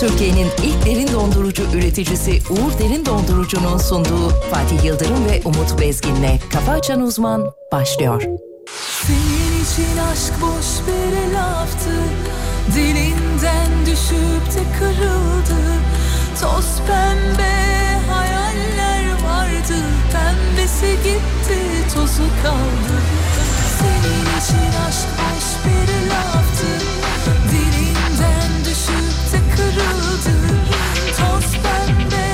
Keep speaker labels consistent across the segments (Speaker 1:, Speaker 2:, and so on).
Speaker 1: Türkiye'nin ilk derin dondurucu üreticisi Uğur Derin Dondurucu'nun sunduğu Fatih Yıldırım ve Umut Bezgin'le Kafa Açan Uzman başlıyor.
Speaker 2: Senin için aşk boş bir laftı Dilinden düşüp de kırıldı Toz pembe hayaller vardı Pembesi gitti tozu kaldı Senin için aşk boş bir laftı Dilinden düşüp de kırıldı Toz pembe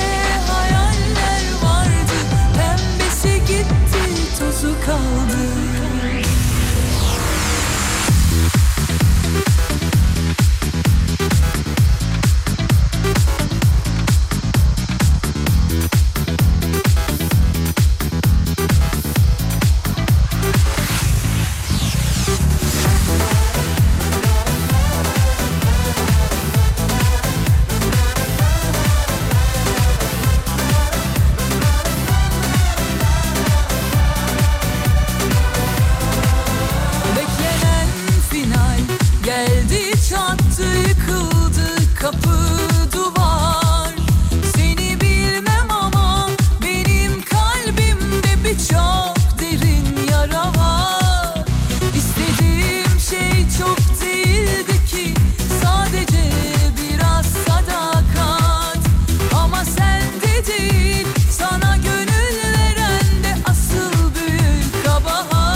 Speaker 2: hayaller vardı Pembesi gitti tozu kaldı Beklenen final geldi çattı yıkıldı kapı duvar Seni bilmem ama benim kalbimde birçok derin yara var İstediğim şey çok değildi ki sadece biraz sadakat Ama sen dedin sana gönül veren de asıl büyük kabahat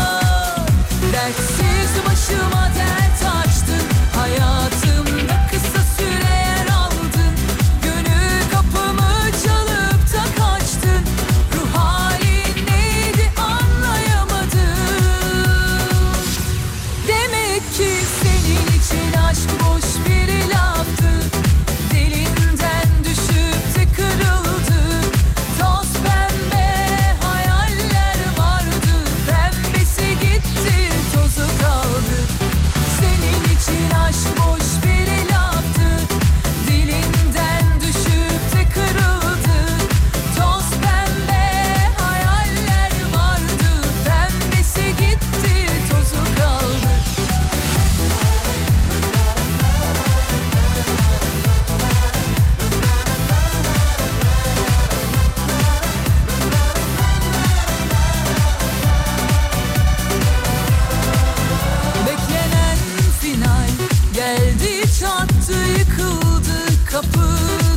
Speaker 2: Dertsiz başıma dert açtın Hayatımda kısa süreler aldın Gönül kapımı çalıp da kaçtın Ruh halin neydi anlayamadım Demek ki senin için aşk boş bir laftı Dilinden düşüp de kırıldı Toz pembe hayaller vardı Pembesi gitti tozu kaldı Senin için aşk boş bir laftı Dilinden düşüp de kırıldı Toz pembe hayaller vardı Pembesi gitti tozu kaldı Beklenen final geldi çattı yıkıldı kapı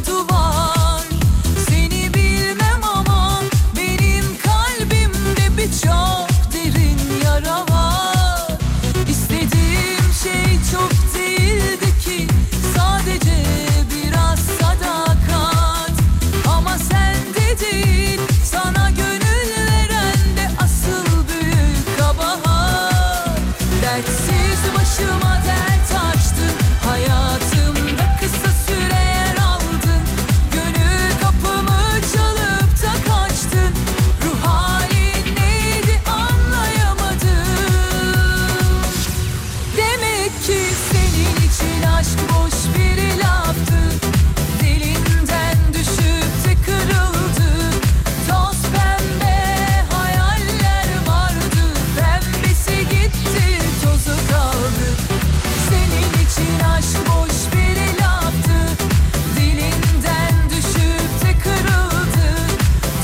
Speaker 2: duvar Seni bilmem ama benim kalbimde birçok derin yara var İstediğim şey çok değildi ki sadece biraz sadakat Ama sen dedin sana gönül veren de asıl büyük kabahat Dertsiz başıma dert açtın Hayatımda kısa süreler aldın Gönül kapımı çalıp da kaçtın Ruh halin neydi anlayamadım Demek ki senin için aşk boş bir laftı Dilinden düşüp de kırıldı Toz pembe hayaller vardı Pembesi gitti tozu kaldı Senin için aşk boş bir laftı Dilinden düşüp de kırıldı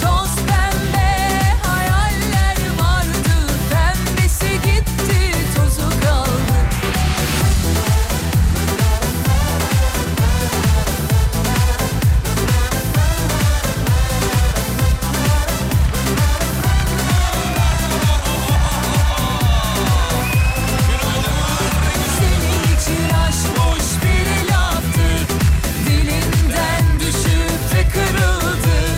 Speaker 2: Toz pembe hayaller vardı Pembesi gitti tozu kaldı Senin için aşk boş bir laftı Dilinden düşüp de kırıldı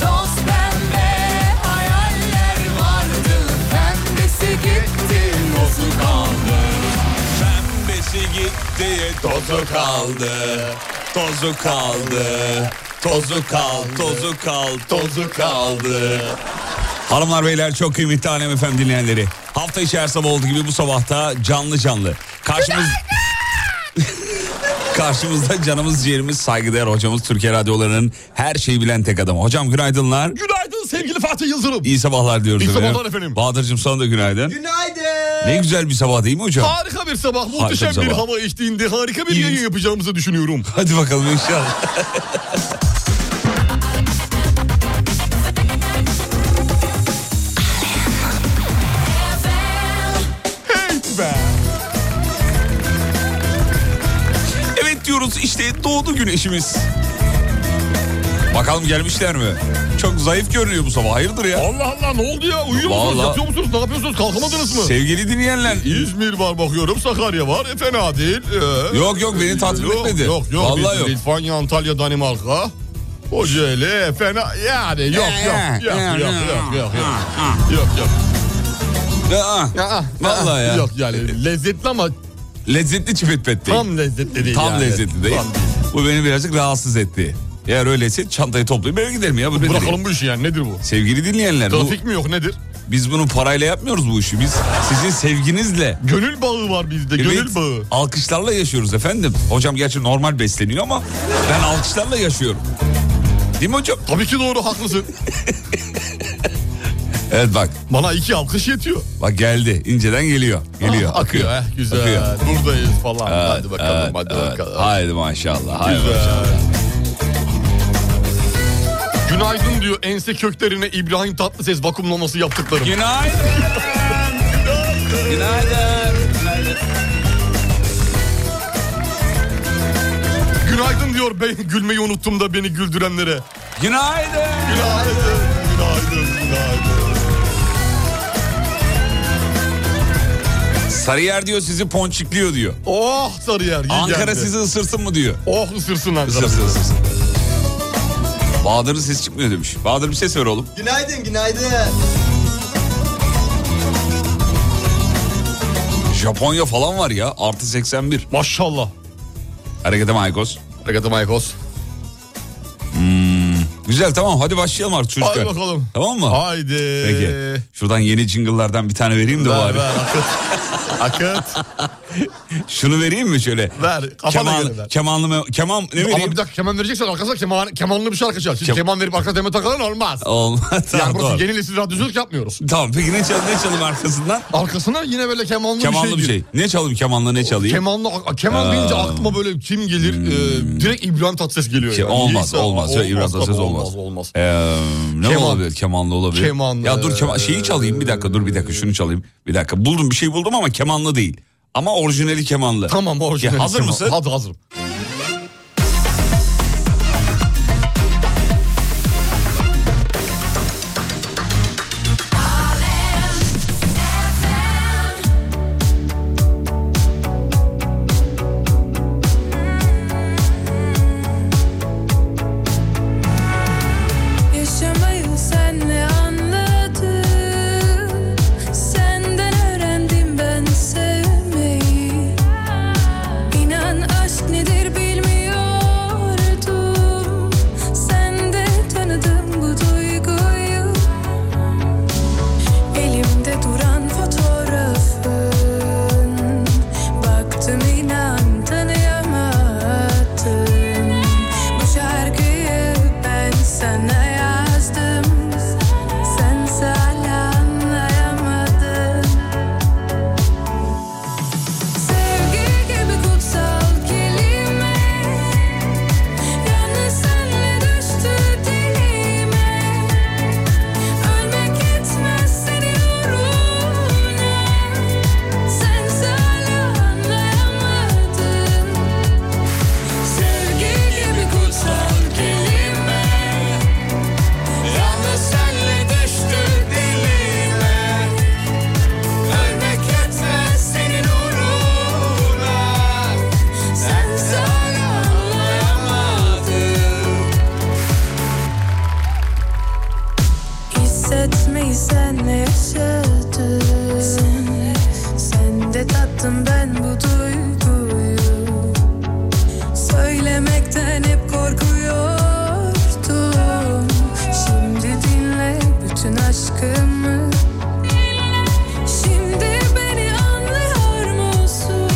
Speaker 2: Toz pembe hayaller vardı Pembesi gitti tozu kaldı
Speaker 3: Pembesi gitti, tozu kaldı. Tozu kaldı. Tozu kal, tozu kal, tozu kaldı. Hanımlar beyler çok kıymetli Alem efendim dinleyenleri. Hafta içi her sabah olduğu gibi bu sabahta canlı canlı. Karşımız... Karşımızda canımız ciğerimiz saygıdeğer hocamız Türkiye Radyoları'nın her şeyi bilen tek adamı. Hocam günaydınlar.
Speaker 4: Günaydın sevgili Fatih Yıldırım.
Speaker 3: İyi sabahlar diyoruz
Speaker 4: İyi sabahlar efendim.
Speaker 3: Bahadır'cığım sana da günaydın.
Speaker 5: Günaydın.
Speaker 3: Ne güzel bir sabah değil mi hocam?
Speaker 4: Harika bir sabah,
Speaker 3: Harika
Speaker 4: muhteşem
Speaker 3: bir
Speaker 4: bir
Speaker 3: sabah.
Speaker 4: hava eşliğinde harika bir yayın yapacağımızı düşünüyorum.
Speaker 3: Hadi bakalım inşallah.
Speaker 4: Hey be!
Speaker 3: Evet diyoruz işte doğdu güneşimiz. Bakalım gelmişler mi? Çok zayıf görünüyor bu sabah. Hayırdır ya?
Speaker 4: Allah Allah ne oldu ya? Uyuyor musunuz?
Speaker 3: Vallahi-
Speaker 4: Yatıyor musunuz? Ne yapıyorsunuz? Kalkamadınız mı?
Speaker 3: Sevgili dinleyenler.
Speaker 4: İzmir var bakıyorum, Sakarya var, e, fena değil. Ee,
Speaker 3: Yok yok beni tatmin
Speaker 4: yok,
Speaker 3: etmedi.
Speaker 4: Yok yok.
Speaker 3: Vallahi
Speaker 4: Biz-
Speaker 3: yok.
Speaker 4: Litvanya, Antalya, Danimarka. Kocaeli, e, fena yani yok yok yok yok yok yok yok yok yok.
Speaker 3: Aa,
Speaker 4: Aa,
Speaker 3: Vallahi ya.
Speaker 4: ah, Yok yani lezzetli ama
Speaker 3: lezzetli çipet pet değil.
Speaker 4: tam lezzetli değil
Speaker 3: Tam
Speaker 4: yani.
Speaker 3: lezzetli değil.
Speaker 4: Tam-
Speaker 3: Bu beni birazcık rahatsız etti. Eğer öyleyse çantayı toplayıp eve gidelim ya. Bu nedir?
Speaker 4: Bırakalım bu işi yani nedir bu?
Speaker 3: Sevgili dinleyenler bu,
Speaker 4: Trafik mi yok nedir?
Speaker 3: biz bunu parayla yapmıyoruz bu işi. Biz sizin sevginizle
Speaker 4: Gönül bağı var bizde
Speaker 3: Evet,
Speaker 4: gönül bağı.
Speaker 3: Alkışlarla yaşıyoruz efendim. Hocam gerçi normal besleniyor ama ben alkışlarla yaşıyorum. Değil mi hocam?
Speaker 4: Tabii ki doğru haklısın.
Speaker 3: Evet bak.
Speaker 4: Bana iki alkış yetiyor.
Speaker 3: Bak geldi. İnceden geliyor. Geliyor.
Speaker 4: Ah, akıyor. eh, güzel.
Speaker 3: Akıyor.
Speaker 4: Buradayız falan.
Speaker 3: Evet,
Speaker 4: hadi bakalım
Speaker 3: evet,
Speaker 4: hadi
Speaker 3: evet.
Speaker 4: bakalım.
Speaker 3: Haydi maşallah. Haydi.
Speaker 4: Güzel.
Speaker 3: maşallah.
Speaker 4: Günaydın diyor ense köklerine İbrahim Tatlıses vakumlaması yaptıklarım.
Speaker 3: Günaydın. Günaydın. Günaydın.
Speaker 4: Günaydın diyor ben gülmeyi unuttum da beni güldürenlere.
Speaker 3: Günaydın.
Speaker 4: Günaydın, günaydın, günaydın.
Speaker 3: Sarıyer diyor sizi ponçikliyor diyor.
Speaker 4: Oh Sarıyer. iyi
Speaker 3: Ankara
Speaker 4: geldi.
Speaker 3: sizi ısırsın mı diyor.
Speaker 4: Oh ısırsın Ankara.
Speaker 3: Isırsın ısırsın. Bahadır'ın sesi çıkmıyor demiş. Bahadır bir ses ver oğlum.
Speaker 6: Günaydın, günaydın.
Speaker 3: Japonya falan var ya. Artı 81.
Speaker 4: Maşallah.
Speaker 3: Harekete Maykos.
Speaker 4: Harekatı Maykos.
Speaker 3: Güzel tamam hadi başlayalım artık çocuklar.
Speaker 4: Hadi bakalım.
Speaker 3: Tamam mı?
Speaker 4: Haydi.
Speaker 3: Peki. Şuradan yeni jingle'lardan bir tane vereyim de
Speaker 4: Ver
Speaker 3: bari.
Speaker 4: ver akıt. akıt.
Speaker 3: Şunu vereyim mi şöyle?
Speaker 4: Ver, kafana
Speaker 3: Keman,
Speaker 4: göre ver.
Speaker 3: Kemanlı me- keman ne
Speaker 4: Ama
Speaker 3: vereyim?
Speaker 4: bir dakika keman vereceksen arkasına keman, kemanlı bir şarkı çal. Şimdi
Speaker 3: Kem-
Speaker 4: keman verip arkasına keman takalım olmaz.
Speaker 3: Olmaz.
Speaker 4: yani
Speaker 3: tamam,
Speaker 4: burası
Speaker 3: doğru.
Speaker 4: yeni nesil radyoculuk yapmıyoruz.
Speaker 3: Tamam peki ne, çal ne çalayım arkasından?
Speaker 4: Arkasına yine böyle kemanlı,
Speaker 3: kemanlı bir
Speaker 4: gir.
Speaker 3: şey. Ne çalayım kemanlı ne çalayım?
Speaker 4: Kemanlı, a- keman deyince aklıma böyle kim gelir? Ee, direkt İbrahim Tatlıses geliyor.
Speaker 3: Ke- Şey,
Speaker 4: yani.
Speaker 3: olmaz,
Speaker 4: Şey, Neyse,
Speaker 3: olmaz. Yok, İbrahim
Speaker 4: tabii,
Speaker 3: Tatlıses olmaz.
Speaker 4: Olmaz olmaz.
Speaker 3: Ee, ne
Speaker 4: Keman. ee,
Speaker 3: olabilir? Kemanlı olabilir.
Speaker 4: Kemanlı.
Speaker 3: Ya dur keman, şeyi çalayım bir dakika dur bir dakika şunu çalayım. Bir dakika buldum bir şey buldum ama kemanlı değil. Ama orijinali kemanlı.
Speaker 4: Tamam orijinal.
Speaker 3: Ya, hazır
Speaker 4: keman.
Speaker 3: mısın?
Speaker 4: Hadi hazırım.
Speaker 2: Yaşamayı sen ne anladın? Senden öğrendim ben sevmeyi. İnan aşk nedir bilmiyordum. Sende tanıdım bu duyguyu. Elimde duran fotoğrafın Baktım inan tanıyamadım Bu şarkıyı ben sana yazdım Sen hala anlayamadın Sevgi gibi kutsal kelime Yalnız senle düştü dilime Ölmek etmez seni uğruna Sen hala anlayamadın Sevgi gibi kutsal kelime Yalnız senle düştü dilime Ölmek etmez senin uğruna Sen hala anlayamadın Hissetmeyi senle yaşadım Sen de tattım ben bu duyguyu Söylemekten hep korkuyordum Şimdi dinle bütün aşkımı Şimdi beni anlıyor musun?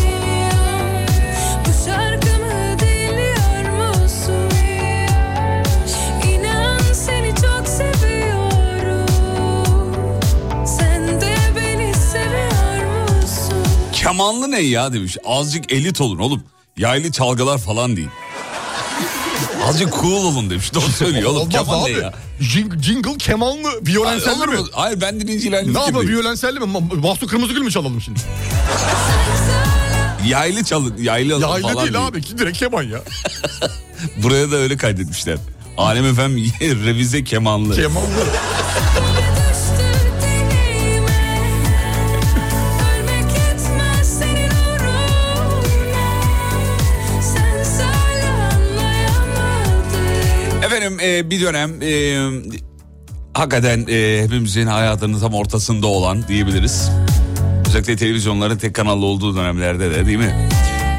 Speaker 2: Bu şarkımı dinliyor musun? İnan seni çok seviyorum. Sen de beni seviyor musun?
Speaker 3: Zamanlı ne ya demiş. Azıcık elit olun oğlum. Yaylı çalgılar falan değil. Azıcık cool olun demiş. Doğru söylüyor oğlum.
Speaker 4: Olmaz
Speaker 3: Keman ne
Speaker 4: abi.
Speaker 3: ya?
Speaker 4: Jing- Jingle kemanlı, violonselli
Speaker 3: Olur
Speaker 4: mi?
Speaker 3: mu? Hayır ben dinleyicilerle
Speaker 4: Ne yapalım
Speaker 3: fikirdeyim.
Speaker 4: violonselli mi? Ma- Mahsun Kırmızıgül mü çalalım şimdi?
Speaker 3: Yaylı çalın, yaylı,
Speaker 4: Ya
Speaker 3: falan
Speaker 4: öyle
Speaker 3: değil.
Speaker 4: değil abi ki direkt keman ya.
Speaker 3: Buraya da öyle kaydetmişler. Alem efem revize kemanlı.
Speaker 4: Kemanlı.
Speaker 7: Düştü dileğime Ölmek yetmez senin uğruna Sen söyle anlayamadın
Speaker 3: Efendim e, bir dönem e, hakikaten e, hepimizin hayatının tam ortasında olan diyebiliriz. Özellikle televizyonların tek kanallı olduğu dönemlerde de değil mi?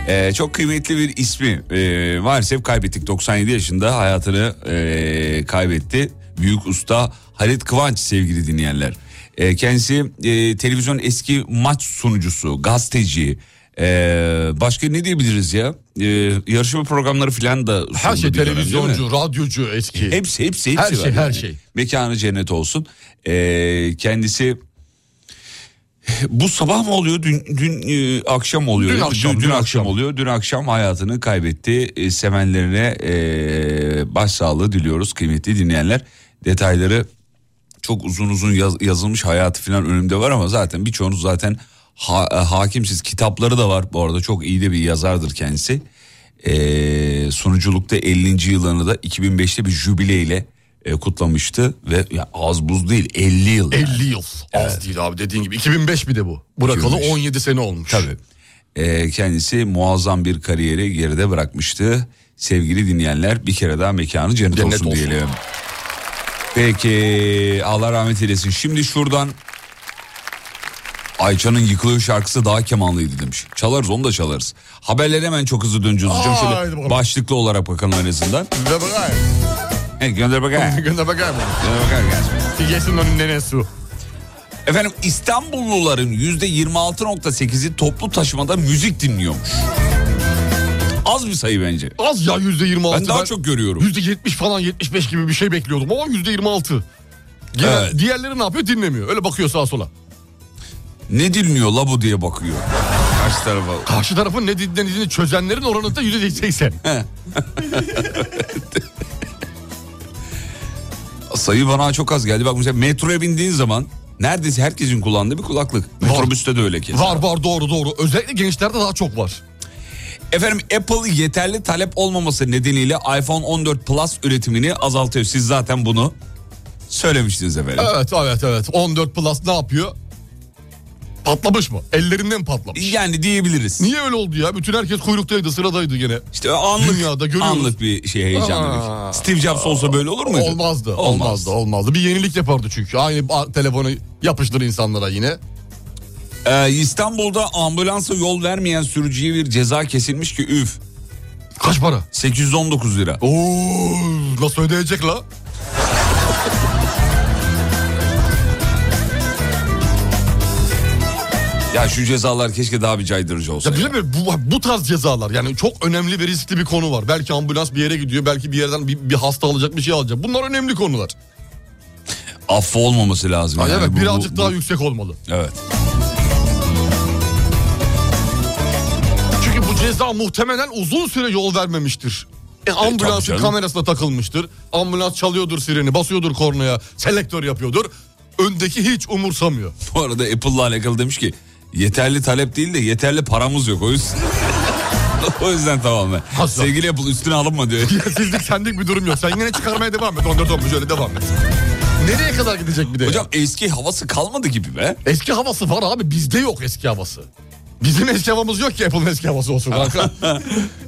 Speaker 3: E, çok kıymetli bir ismi e, maalesef kaybettik. 97 yaşında hayatını e, kaybetti. Büyük usta Halit Kıvanç sevgili dinleyenler. E, kendisi e, televizyon eski maç sunucusu, gazeteci. e, başka ne diyebiliriz ya? E, yarışma programları filan da sundu
Speaker 4: Her şey
Speaker 3: bir dönem, değil mi?
Speaker 4: televizyoncu, radyocu eski.
Speaker 3: Hepsi hepsi hepsi
Speaker 4: Her
Speaker 3: var
Speaker 4: şey,
Speaker 3: yani.
Speaker 4: her şey.
Speaker 3: Mekanı cennet olsun. Ee, kendisi bu sabah mı oluyor dün dün e, akşam oluyor.
Speaker 4: Dün
Speaker 3: değil mi?
Speaker 4: akşam,
Speaker 3: dün,
Speaker 4: dün
Speaker 3: akşam,
Speaker 4: akşam.
Speaker 3: oluyor. Dün akşam hayatını kaybetti. E, sevenlerine e, başsağlığı diliyoruz kıymetli dinleyenler. Detayları çok uzun uzun yaz- yazılmış hayatı falan önümde var ama zaten birçoğunuz zaten ha- e, hakimsiz. Kitapları da var bu arada çok iyi de bir yazardır kendisi. Ee, sunuculukta 50. yılını da 2005'te bir jübileyle e, kutlamıştı ve ya, az buz değil 50 yıl. yani.
Speaker 4: 50 yıl. Az değil abi dediğin gibi. 2005 bir de bu. Bırakalı
Speaker 3: 2005.
Speaker 4: 17 sene olmuş.
Speaker 3: Tabii. Ee, kendisi muazzam bir kariyeri geride bırakmıştı. Sevgili dinleyenler bir kere daha mekanı cennet,
Speaker 4: Cennet
Speaker 3: olsun,
Speaker 4: olsun.
Speaker 3: diyelim. Peki Allah rahmet eylesin. Şimdi şuradan Ayça'nın yıkılıyor şarkısı daha kemanlıydı demiş. Çalarız onu da çalarız. Haberlere hemen çok hızlı döneceğiz hocam.
Speaker 4: Aa,
Speaker 3: Şöyle
Speaker 4: haydi bakalım.
Speaker 3: başlıklı olarak bakalım en azından.
Speaker 4: Gönder bakayım.
Speaker 3: He, gönder bakayım.
Speaker 4: Gönder bakayım.
Speaker 3: gönder bakayım. gelsin.
Speaker 4: Yesin onun nenesi.
Speaker 3: Efendim İstanbulluların yüzde %26.8'i toplu taşımada müzik dinliyormuş. Az bir sayı bence.
Speaker 4: Az ya yüzde 26.
Speaker 3: Ben daha çok görüyorum.
Speaker 4: Yüzde 70 falan 75 gibi bir şey bekliyordum ama yüzde 26. Genel-
Speaker 3: Evet.
Speaker 4: Diğerleri ne yapıyor dinlemiyor. Öyle bakıyor sağa sola.
Speaker 3: Ne dinliyor la bu diye bakıyor. Karşı tarafa.
Speaker 4: Karşı tarafın ne dinlediğini çözenlerin oranı da yüzde 80.
Speaker 3: Sayı bana çok az geldi. Bak mesela metroya bindiğin zaman neredeyse herkesin kullandığı bir kulaklık. Metrobüste de öyle kesin.
Speaker 4: var var doğru doğru. Özellikle gençlerde daha çok var.
Speaker 3: Efendim Apple yeterli talep olmaması nedeniyle iPhone 14 Plus üretimini azaltıyor. Siz zaten bunu söylemiştiniz efendim.
Speaker 4: Evet evet evet. 14 Plus ne yapıyor? Patlamış mı? Ellerinden patlamış.
Speaker 3: Yani diyebiliriz.
Speaker 4: Niye öyle oldu ya? Bütün herkes kuyruktaydı, sıradaydı gene.
Speaker 3: İşte anlık
Speaker 4: Dünyada görüyoruz.
Speaker 3: anlık bir şey heyecanlı.
Speaker 4: Aa.
Speaker 3: bir- Steve Jobs olsa böyle olur muydu?
Speaker 4: Olmazdı,
Speaker 3: Olmaz.
Speaker 4: olmazdı, olmazdı. Bir yenilik yapardı çünkü. Aynı ba- telefonu yapıştır insanlara yine.
Speaker 3: Ee, İstanbul'da ambulansa yol vermeyen sürücüye bir ceza kesilmiş ki üf
Speaker 4: Kaç para?
Speaker 3: 819 lira.
Speaker 4: Oo, nasıl ödeyecek la?
Speaker 3: Ya şu cezalar keşke daha bir caydırıcı olsa.
Speaker 4: Ya
Speaker 3: ya.
Speaker 4: bilir mi? Bu, bu tarz cezalar yani çok önemli ve riskli bir konu var. Belki ambulans bir yere gidiyor, belki bir yerden bir, bir hasta alacak, bir şey alacak. Bunlar önemli konular.
Speaker 3: Affı olmaması lazım.
Speaker 4: Ay
Speaker 3: yani.
Speaker 4: evet,
Speaker 3: Bu- bu-
Speaker 4: birazcık
Speaker 3: bu-
Speaker 4: daha yüksek olmalı.
Speaker 3: Evet.
Speaker 4: Çünkü bu ceza muhtemelen uzun süre yol vermemiştir. E,
Speaker 3: tabii
Speaker 4: ambulansın
Speaker 3: canım.
Speaker 4: kamerasına takılmıştır. Ambulans çalıyordur sireni, basıyordur kornaya, selektör yapıyordur. Öndeki hiç umursamıyor.
Speaker 3: Bu arada Apple'la alakalı demiş ki yeterli talep değil de yeterli paramız yok o yüzden. o yüzden tamam. be.
Speaker 4: Asla.
Speaker 3: Sevgili Apple üstüne alınma diyor.
Speaker 4: Ya Sizlik sendik bir durum yok. Sen yine çıkarmaya devam et. 14 olmuş öyle devam et. Nereye kadar gidecek bir de? ya?
Speaker 3: Hocam eski havası kalmadı gibi be.
Speaker 4: Eski havası var abi bizde yok eski havası. Bizim eski havamız yok ki Apple'ın eski havası olsun kanka.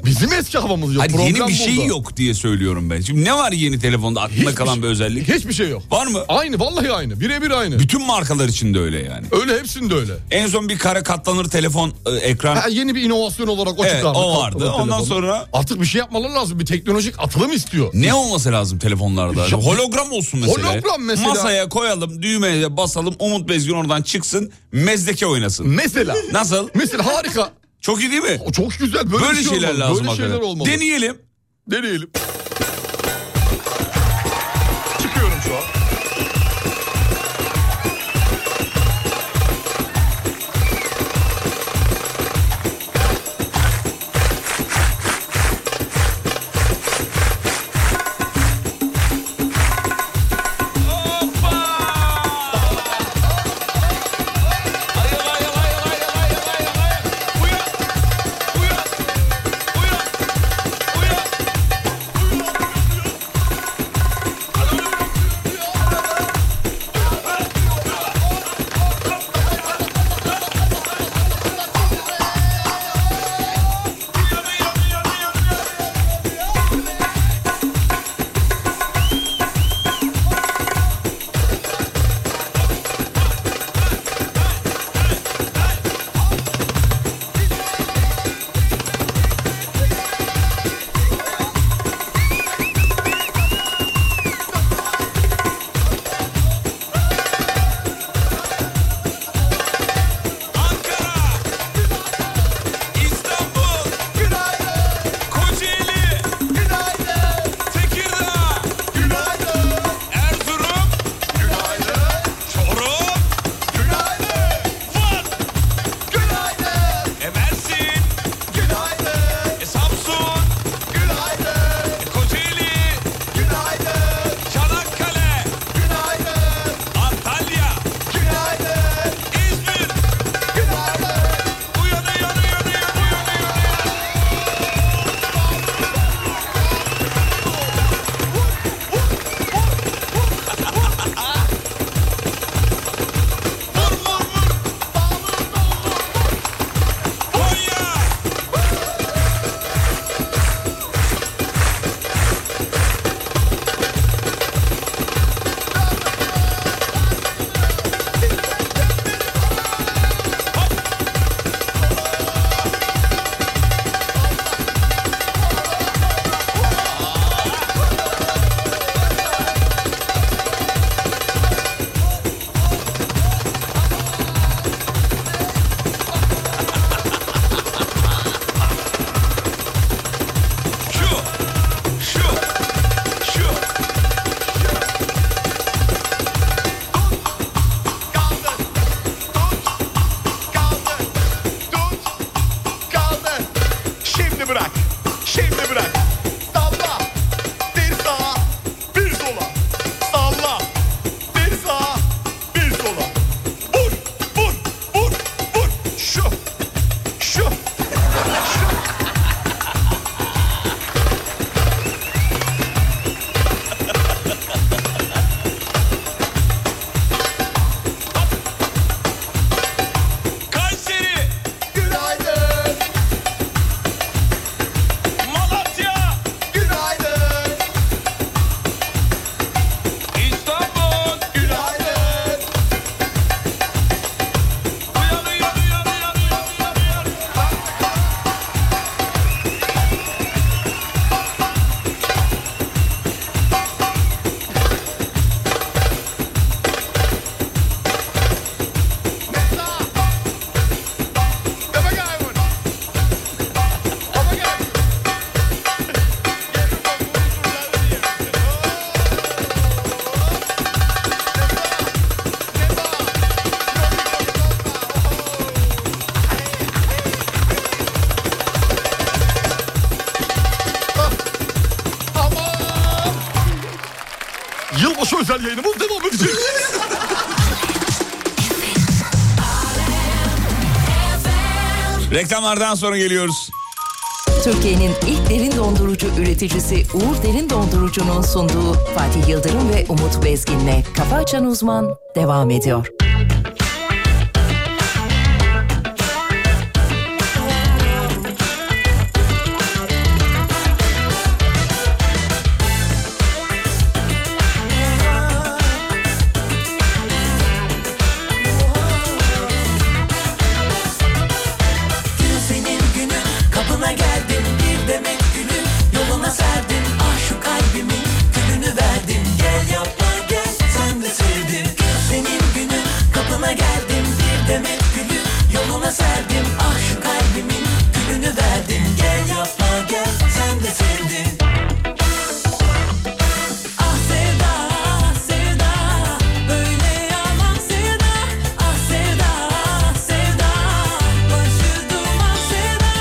Speaker 4: Bizim eski havamız yok.
Speaker 3: Hani
Speaker 4: Problem
Speaker 3: yeni bir şey
Speaker 4: burada.
Speaker 3: yok diye söylüyorum ben. Şimdi ne var yeni telefonda aklında
Speaker 4: Hiçbir
Speaker 3: kalan
Speaker 4: şey-
Speaker 3: bir özellik?
Speaker 4: Hiçbir şey yok.
Speaker 3: Var mı?
Speaker 4: Aynı vallahi aynı. Birebir aynı.
Speaker 3: Bütün markalar için de öyle yani.
Speaker 4: Öyle hepsinde öyle.
Speaker 3: En son bir kare katlanır telefon e, ekran.
Speaker 4: Ha, yeni bir inovasyon olarak o
Speaker 3: Evet,
Speaker 4: çıkardı.
Speaker 3: o vardı.
Speaker 4: Kalktı bu
Speaker 3: Ondan
Speaker 4: telefonu.
Speaker 3: sonra-
Speaker 4: Artık bir şey yapmaları lazım. Bir teknolojik atılım istiyor.
Speaker 3: Ne olması lazım telefonlarda?
Speaker 4: Ya-
Speaker 3: hologram olsun mesela.
Speaker 4: Hologram mesela.
Speaker 3: Masaya koyalım, düğmeye basalım. Umut Bezgin oradan çıksın, mezdeke oynasın.
Speaker 4: Mesela.
Speaker 3: Nasıl?
Speaker 4: mesela harika.
Speaker 3: Çok iyi değil mi?
Speaker 4: O çok güzel. Böyle,
Speaker 3: Böyle,
Speaker 4: bir şey
Speaker 3: şeyler
Speaker 4: olmalı.
Speaker 3: lazım
Speaker 4: Böyle şeyler
Speaker 3: hakikaten.
Speaker 4: olmalı.
Speaker 3: Deneyelim.
Speaker 4: Deneyelim. Çıkıyorum şu an.
Speaker 5: e,
Speaker 4: yılbaşı özel yayınımız devam edecek.
Speaker 3: Reklamlardan sonra geliyoruz.
Speaker 1: Türkiye'nin ilk derin dondurucu üreticisi Uğur Derin Dondurucu'nun sunduğu Fatih Yıldırım ve Umut Bezgin'le Kafa Açan Uzman devam ediyor.
Speaker 2: Dün senin günün kapına geldim bir demek günü yoluna serdim ah şu kalbimin gülünü verdim gel yapma gel sen de sevdin Dün senin günün kapına geldim bir demek günü yoluna serdim ah şu kalbimin gülünü verdim gel yapma gel sen de sevdin Ah sevda, ah sevda, böyle yalan sevda. Ah sevda, ah sevda, başı duman sevda.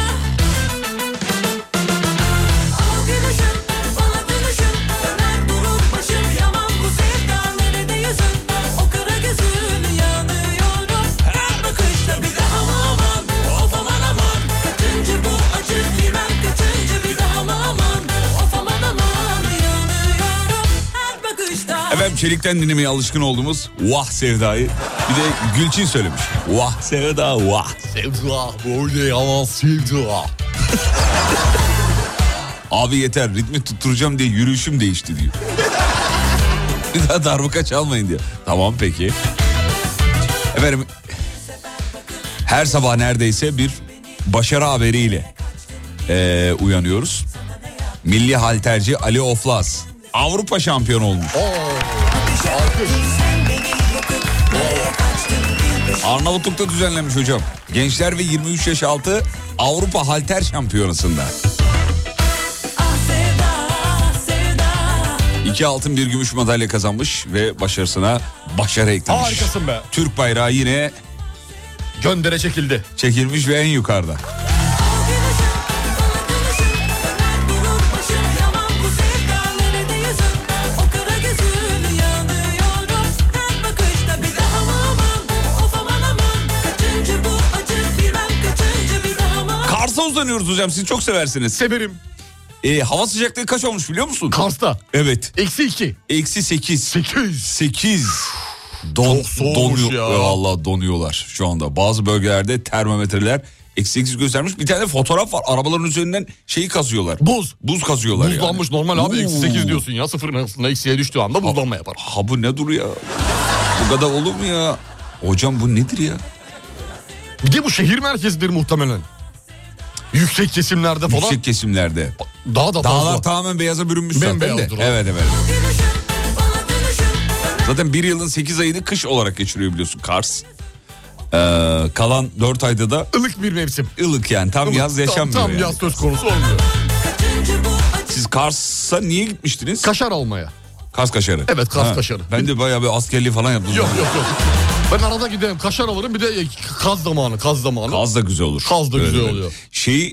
Speaker 2: Al gülüşün, bana dönüşün, döner durur başım. Yaman bu sevda, nerede yüzün? O kara gözün yanıyorum. Her bakışta bir daha mı aman, of aman aman. Kaçıncı bu acı bilmem, kaçıncı bir daha mı aman, of aman aman. Yanıyorum her bakışta.
Speaker 3: Efendim Çelik'ten dinlemeye alışkın olduğumuz Vah Sevda'yı bir de Gülçin söylemiş. Vah Sevda vah.
Speaker 4: Sevda böyle yalan sevda.
Speaker 3: Abi yeter ritmi tutturacağım diye yürüyüşüm değişti diyor. bir daha darbuka çalmayın diyor. Tamam peki. Efendim her sabah neredeyse bir başarı haberiyle eee, uyanıyoruz. Milli halterci Ali Oflaz Avrupa şampiyonu olmuş. Arnavutluk'ta düzenlenmiş hocam. Gençler ve 23 yaş altı Avrupa halter şampiyonasında.
Speaker 2: Ah
Speaker 3: İki altın bir gümüş madalya kazanmış ve başarısına başarı eklemiş.
Speaker 4: Harikasın be.
Speaker 3: Türk bayrağı yine
Speaker 4: Göndere çekildi.
Speaker 3: çekilmiş ve en yukarıda. Kars'a uzanıyoruz hocam siz çok seversiniz.
Speaker 4: Severim.
Speaker 3: Ee, hava sıcaklığı kaç olmuş biliyor musun?
Speaker 4: Kars'ta.
Speaker 3: evet.
Speaker 4: Eksi iki.
Speaker 3: Eksi 8.
Speaker 4: Sekiz.
Speaker 3: 8. Don,
Speaker 4: Çok soğumuş
Speaker 3: donuyor.
Speaker 4: ya.
Speaker 3: Valla donuyorlar şu anda. Bazı bölgelerde termometreler eksi 8 göstermiş. Bir tane fotoğraf var. Arabaların üzerinden şeyi kazıyorlar.
Speaker 4: Buz.
Speaker 3: Buz kazıyorlar yani.
Speaker 4: Buzlanmış normal abi eksi
Speaker 3: Oo.
Speaker 4: sekiz diyorsun ya. Sıfırın arasında eksiye düştüğü anda buzlanma yapar.
Speaker 3: Ha bu ne duruyor ya? Bu kadar olur mu ya? Hocam bu nedir ya?
Speaker 4: Bir de bu şehir merkezidir muhtemelen. Yüksek kesimlerde falan.
Speaker 3: Yüksek kesimlerde.
Speaker 4: Daha da fazla.
Speaker 3: Dağlar tamamen beyaza bürünmüş zaten de.
Speaker 4: Bembeyazdır o.
Speaker 3: Evet evet. Zaten bir yılın 8 ayını kış olarak geçiriyor biliyorsun Kars. Ee, kalan 4 ayda da
Speaker 4: Ilık bir mevsim.
Speaker 3: ılık yani tam yaz yaşanmıyor
Speaker 4: Tam, tam
Speaker 3: yani.
Speaker 4: yaz söz konusu olmuyor.
Speaker 3: Siz Kars'a niye gitmiştiniz?
Speaker 4: Kaşar almaya.
Speaker 3: Kars kaşarı.
Speaker 4: Evet, Kars
Speaker 3: Ha,
Speaker 4: kaşarı.
Speaker 3: Ben de bayağı bir askerliği falan yaptım.
Speaker 4: Yok yok yok. Ben arada giderim kaşar alırım bir de e, kaz zamanı kaz zamanı.
Speaker 3: Kaz da güzel olur.
Speaker 4: Kaz da
Speaker 3: Öyle
Speaker 4: güzel
Speaker 3: böyle.
Speaker 4: oluyor.
Speaker 3: Şey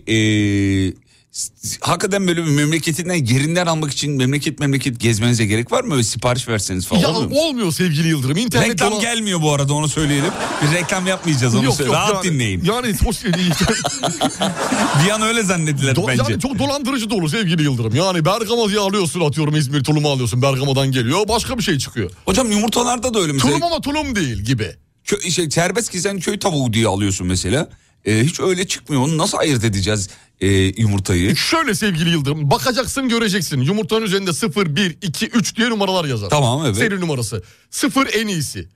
Speaker 3: ee, s- s- hakikaten böyle bir memleketinden yerinden almak için memleket memleket gezmenize gerek var mı? Böyle sipariş verseniz falan
Speaker 4: ya
Speaker 3: olmuyor mu?
Speaker 4: olmuyor, sevgili Yıldırım. İnternet
Speaker 3: Reklam
Speaker 4: dolan-
Speaker 3: gelmiyor bu arada onu söyleyelim. Bir reklam yapmayacağız onu.
Speaker 4: Yok
Speaker 3: söyle-
Speaker 4: yok.
Speaker 3: Rahat
Speaker 4: yani,
Speaker 3: dinleyin.
Speaker 4: Yani, hoş,
Speaker 3: Bir an öyle zannettiler
Speaker 4: Do-
Speaker 3: bence.
Speaker 4: yani çok dolandırıcı dolu sevgili Yıldırım. Yani Bergama'yı alıyorsun atıyorum İzmir tulumu alıyorsun Bergama'dan geliyor başka bir şey çıkıyor.
Speaker 3: Hocam yumurtalarda da öyle mesela.
Speaker 4: Tulum ama tulum değil gibi.
Speaker 3: Kö- şey, serbest gezen köy tavuğu diye alıyorsun mesela. Ee, hiç öyle çıkmıyor. Onu nasıl ayırt edeceğiz ee, yumurtayı?
Speaker 4: Şöyle sevgili Yıldırım bakacaksın göreceksin. Yumurtanın üzerinde 0, 1, 2, 3 diye numaralar yazar.
Speaker 3: Tamam, evet.
Speaker 4: Seri numarası. 0 en iyisi.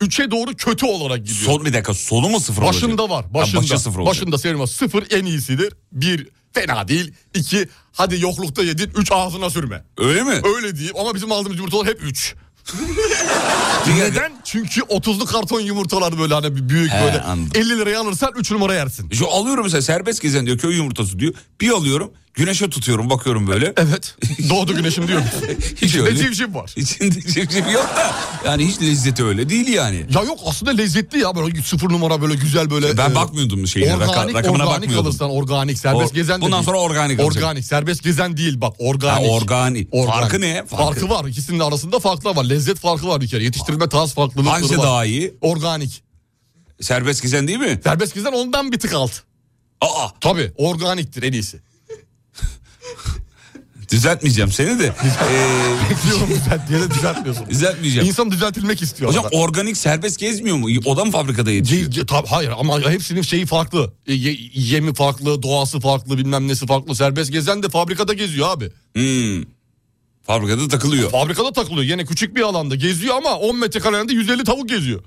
Speaker 4: 3'e doğru kötü olarak gidiyor.
Speaker 3: Son bir dakika sonu mu sıfır olacak?
Speaker 4: Başında var. Başında.
Speaker 3: Ha, başı sıfır olacak.
Speaker 4: başında seri numara. 0 en iyisidir. 1 fena değil. 2 hadi yoklukta yedin. 3 ağzına sürme.
Speaker 3: Öyle mi?
Speaker 4: Öyle diyeyim ama bizim aldığımız yumurtalar hep 3. Neden? Çünkü 30'lu karton yumurtalar böyle hani bir büyük
Speaker 3: He,
Speaker 4: böyle
Speaker 3: anladım.
Speaker 4: 50 liraya alırsan 3 numara yersin.
Speaker 3: Şu alıyorum mesela serbest gezen diyor köy yumurtası diyor. Bir alıyorum Güneşe tutuyorum bakıyorum böyle.
Speaker 4: Evet. Doğdu güneşim diyor.
Speaker 3: Hiç
Speaker 4: Ne
Speaker 3: öyle.
Speaker 4: civciv var.
Speaker 3: İçinde civciv yok da yani hiç lezzeti öyle değil yani.
Speaker 4: Ya yok aslında lezzetli ya böyle sıfır numara böyle güzel böyle.
Speaker 3: Ben
Speaker 4: e,
Speaker 3: bakmıyordum şeyine
Speaker 4: organik,
Speaker 3: raka- rakamına
Speaker 4: organik
Speaker 3: bakmıyordum.
Speaker 4: alırsan organik serbest
Speaker 3: Or-
Speaker 4: gezen de
Speaker 3: Bundan
Speaker 4: değil.
Speaker 3: sonra organik alacak.
Speaker 4: Organik serbest gezen değil bak organik.
Speaker 3: Ha, organik. Farkı ne?
Speaker 4: Hani Farkı.
Speaker 3: Farkı.
Speaker 4: var ikisinin arasında farklar var. Lezzet farkı var bir kere yetiştirme tarz farklılıkları
Speaker 3: Hangisi
Speaker 4: var.
Speaker 3: daha iyi?
Speaker 4: Organik.
Speaker 3: Serbest gezen değil mi?
Speaker 4: Serbest gezen ondan bir tık alt.
Speaker 3: Aa
Speaker 4: Tabii organiktir en iyisi.
Speaker 3: düzeltmeyeceğim seni de. Ee,
Speaker 4: Diyorum düzelt diye de düzeltmiyorsun.
Speaker 3: düzeltmeyeceğim.
Speaker 4: İnsan düzeltilmek istiyor.
Speaker 3: Hocam
Speaker 4: arada.
Speaker 3: organik serbest gezmiyor mu? O da mı fabrikada yetişiyor?
Speaker 4: Ce- ce- tab- hayır ama hepsinin şeyi farklı. E, ye- yemi farklı, doğası farklı, bilmem nesi farklı. Serbest gezen de fabrikada geziyor abi.
Speaker 3: Hmm. Fabrikada takılıyor.
Speaker 4: Fabrikada takılıyor. Yine küçük bir alanda geziyor ama 10 metrekarede 150 tavuk geziyor.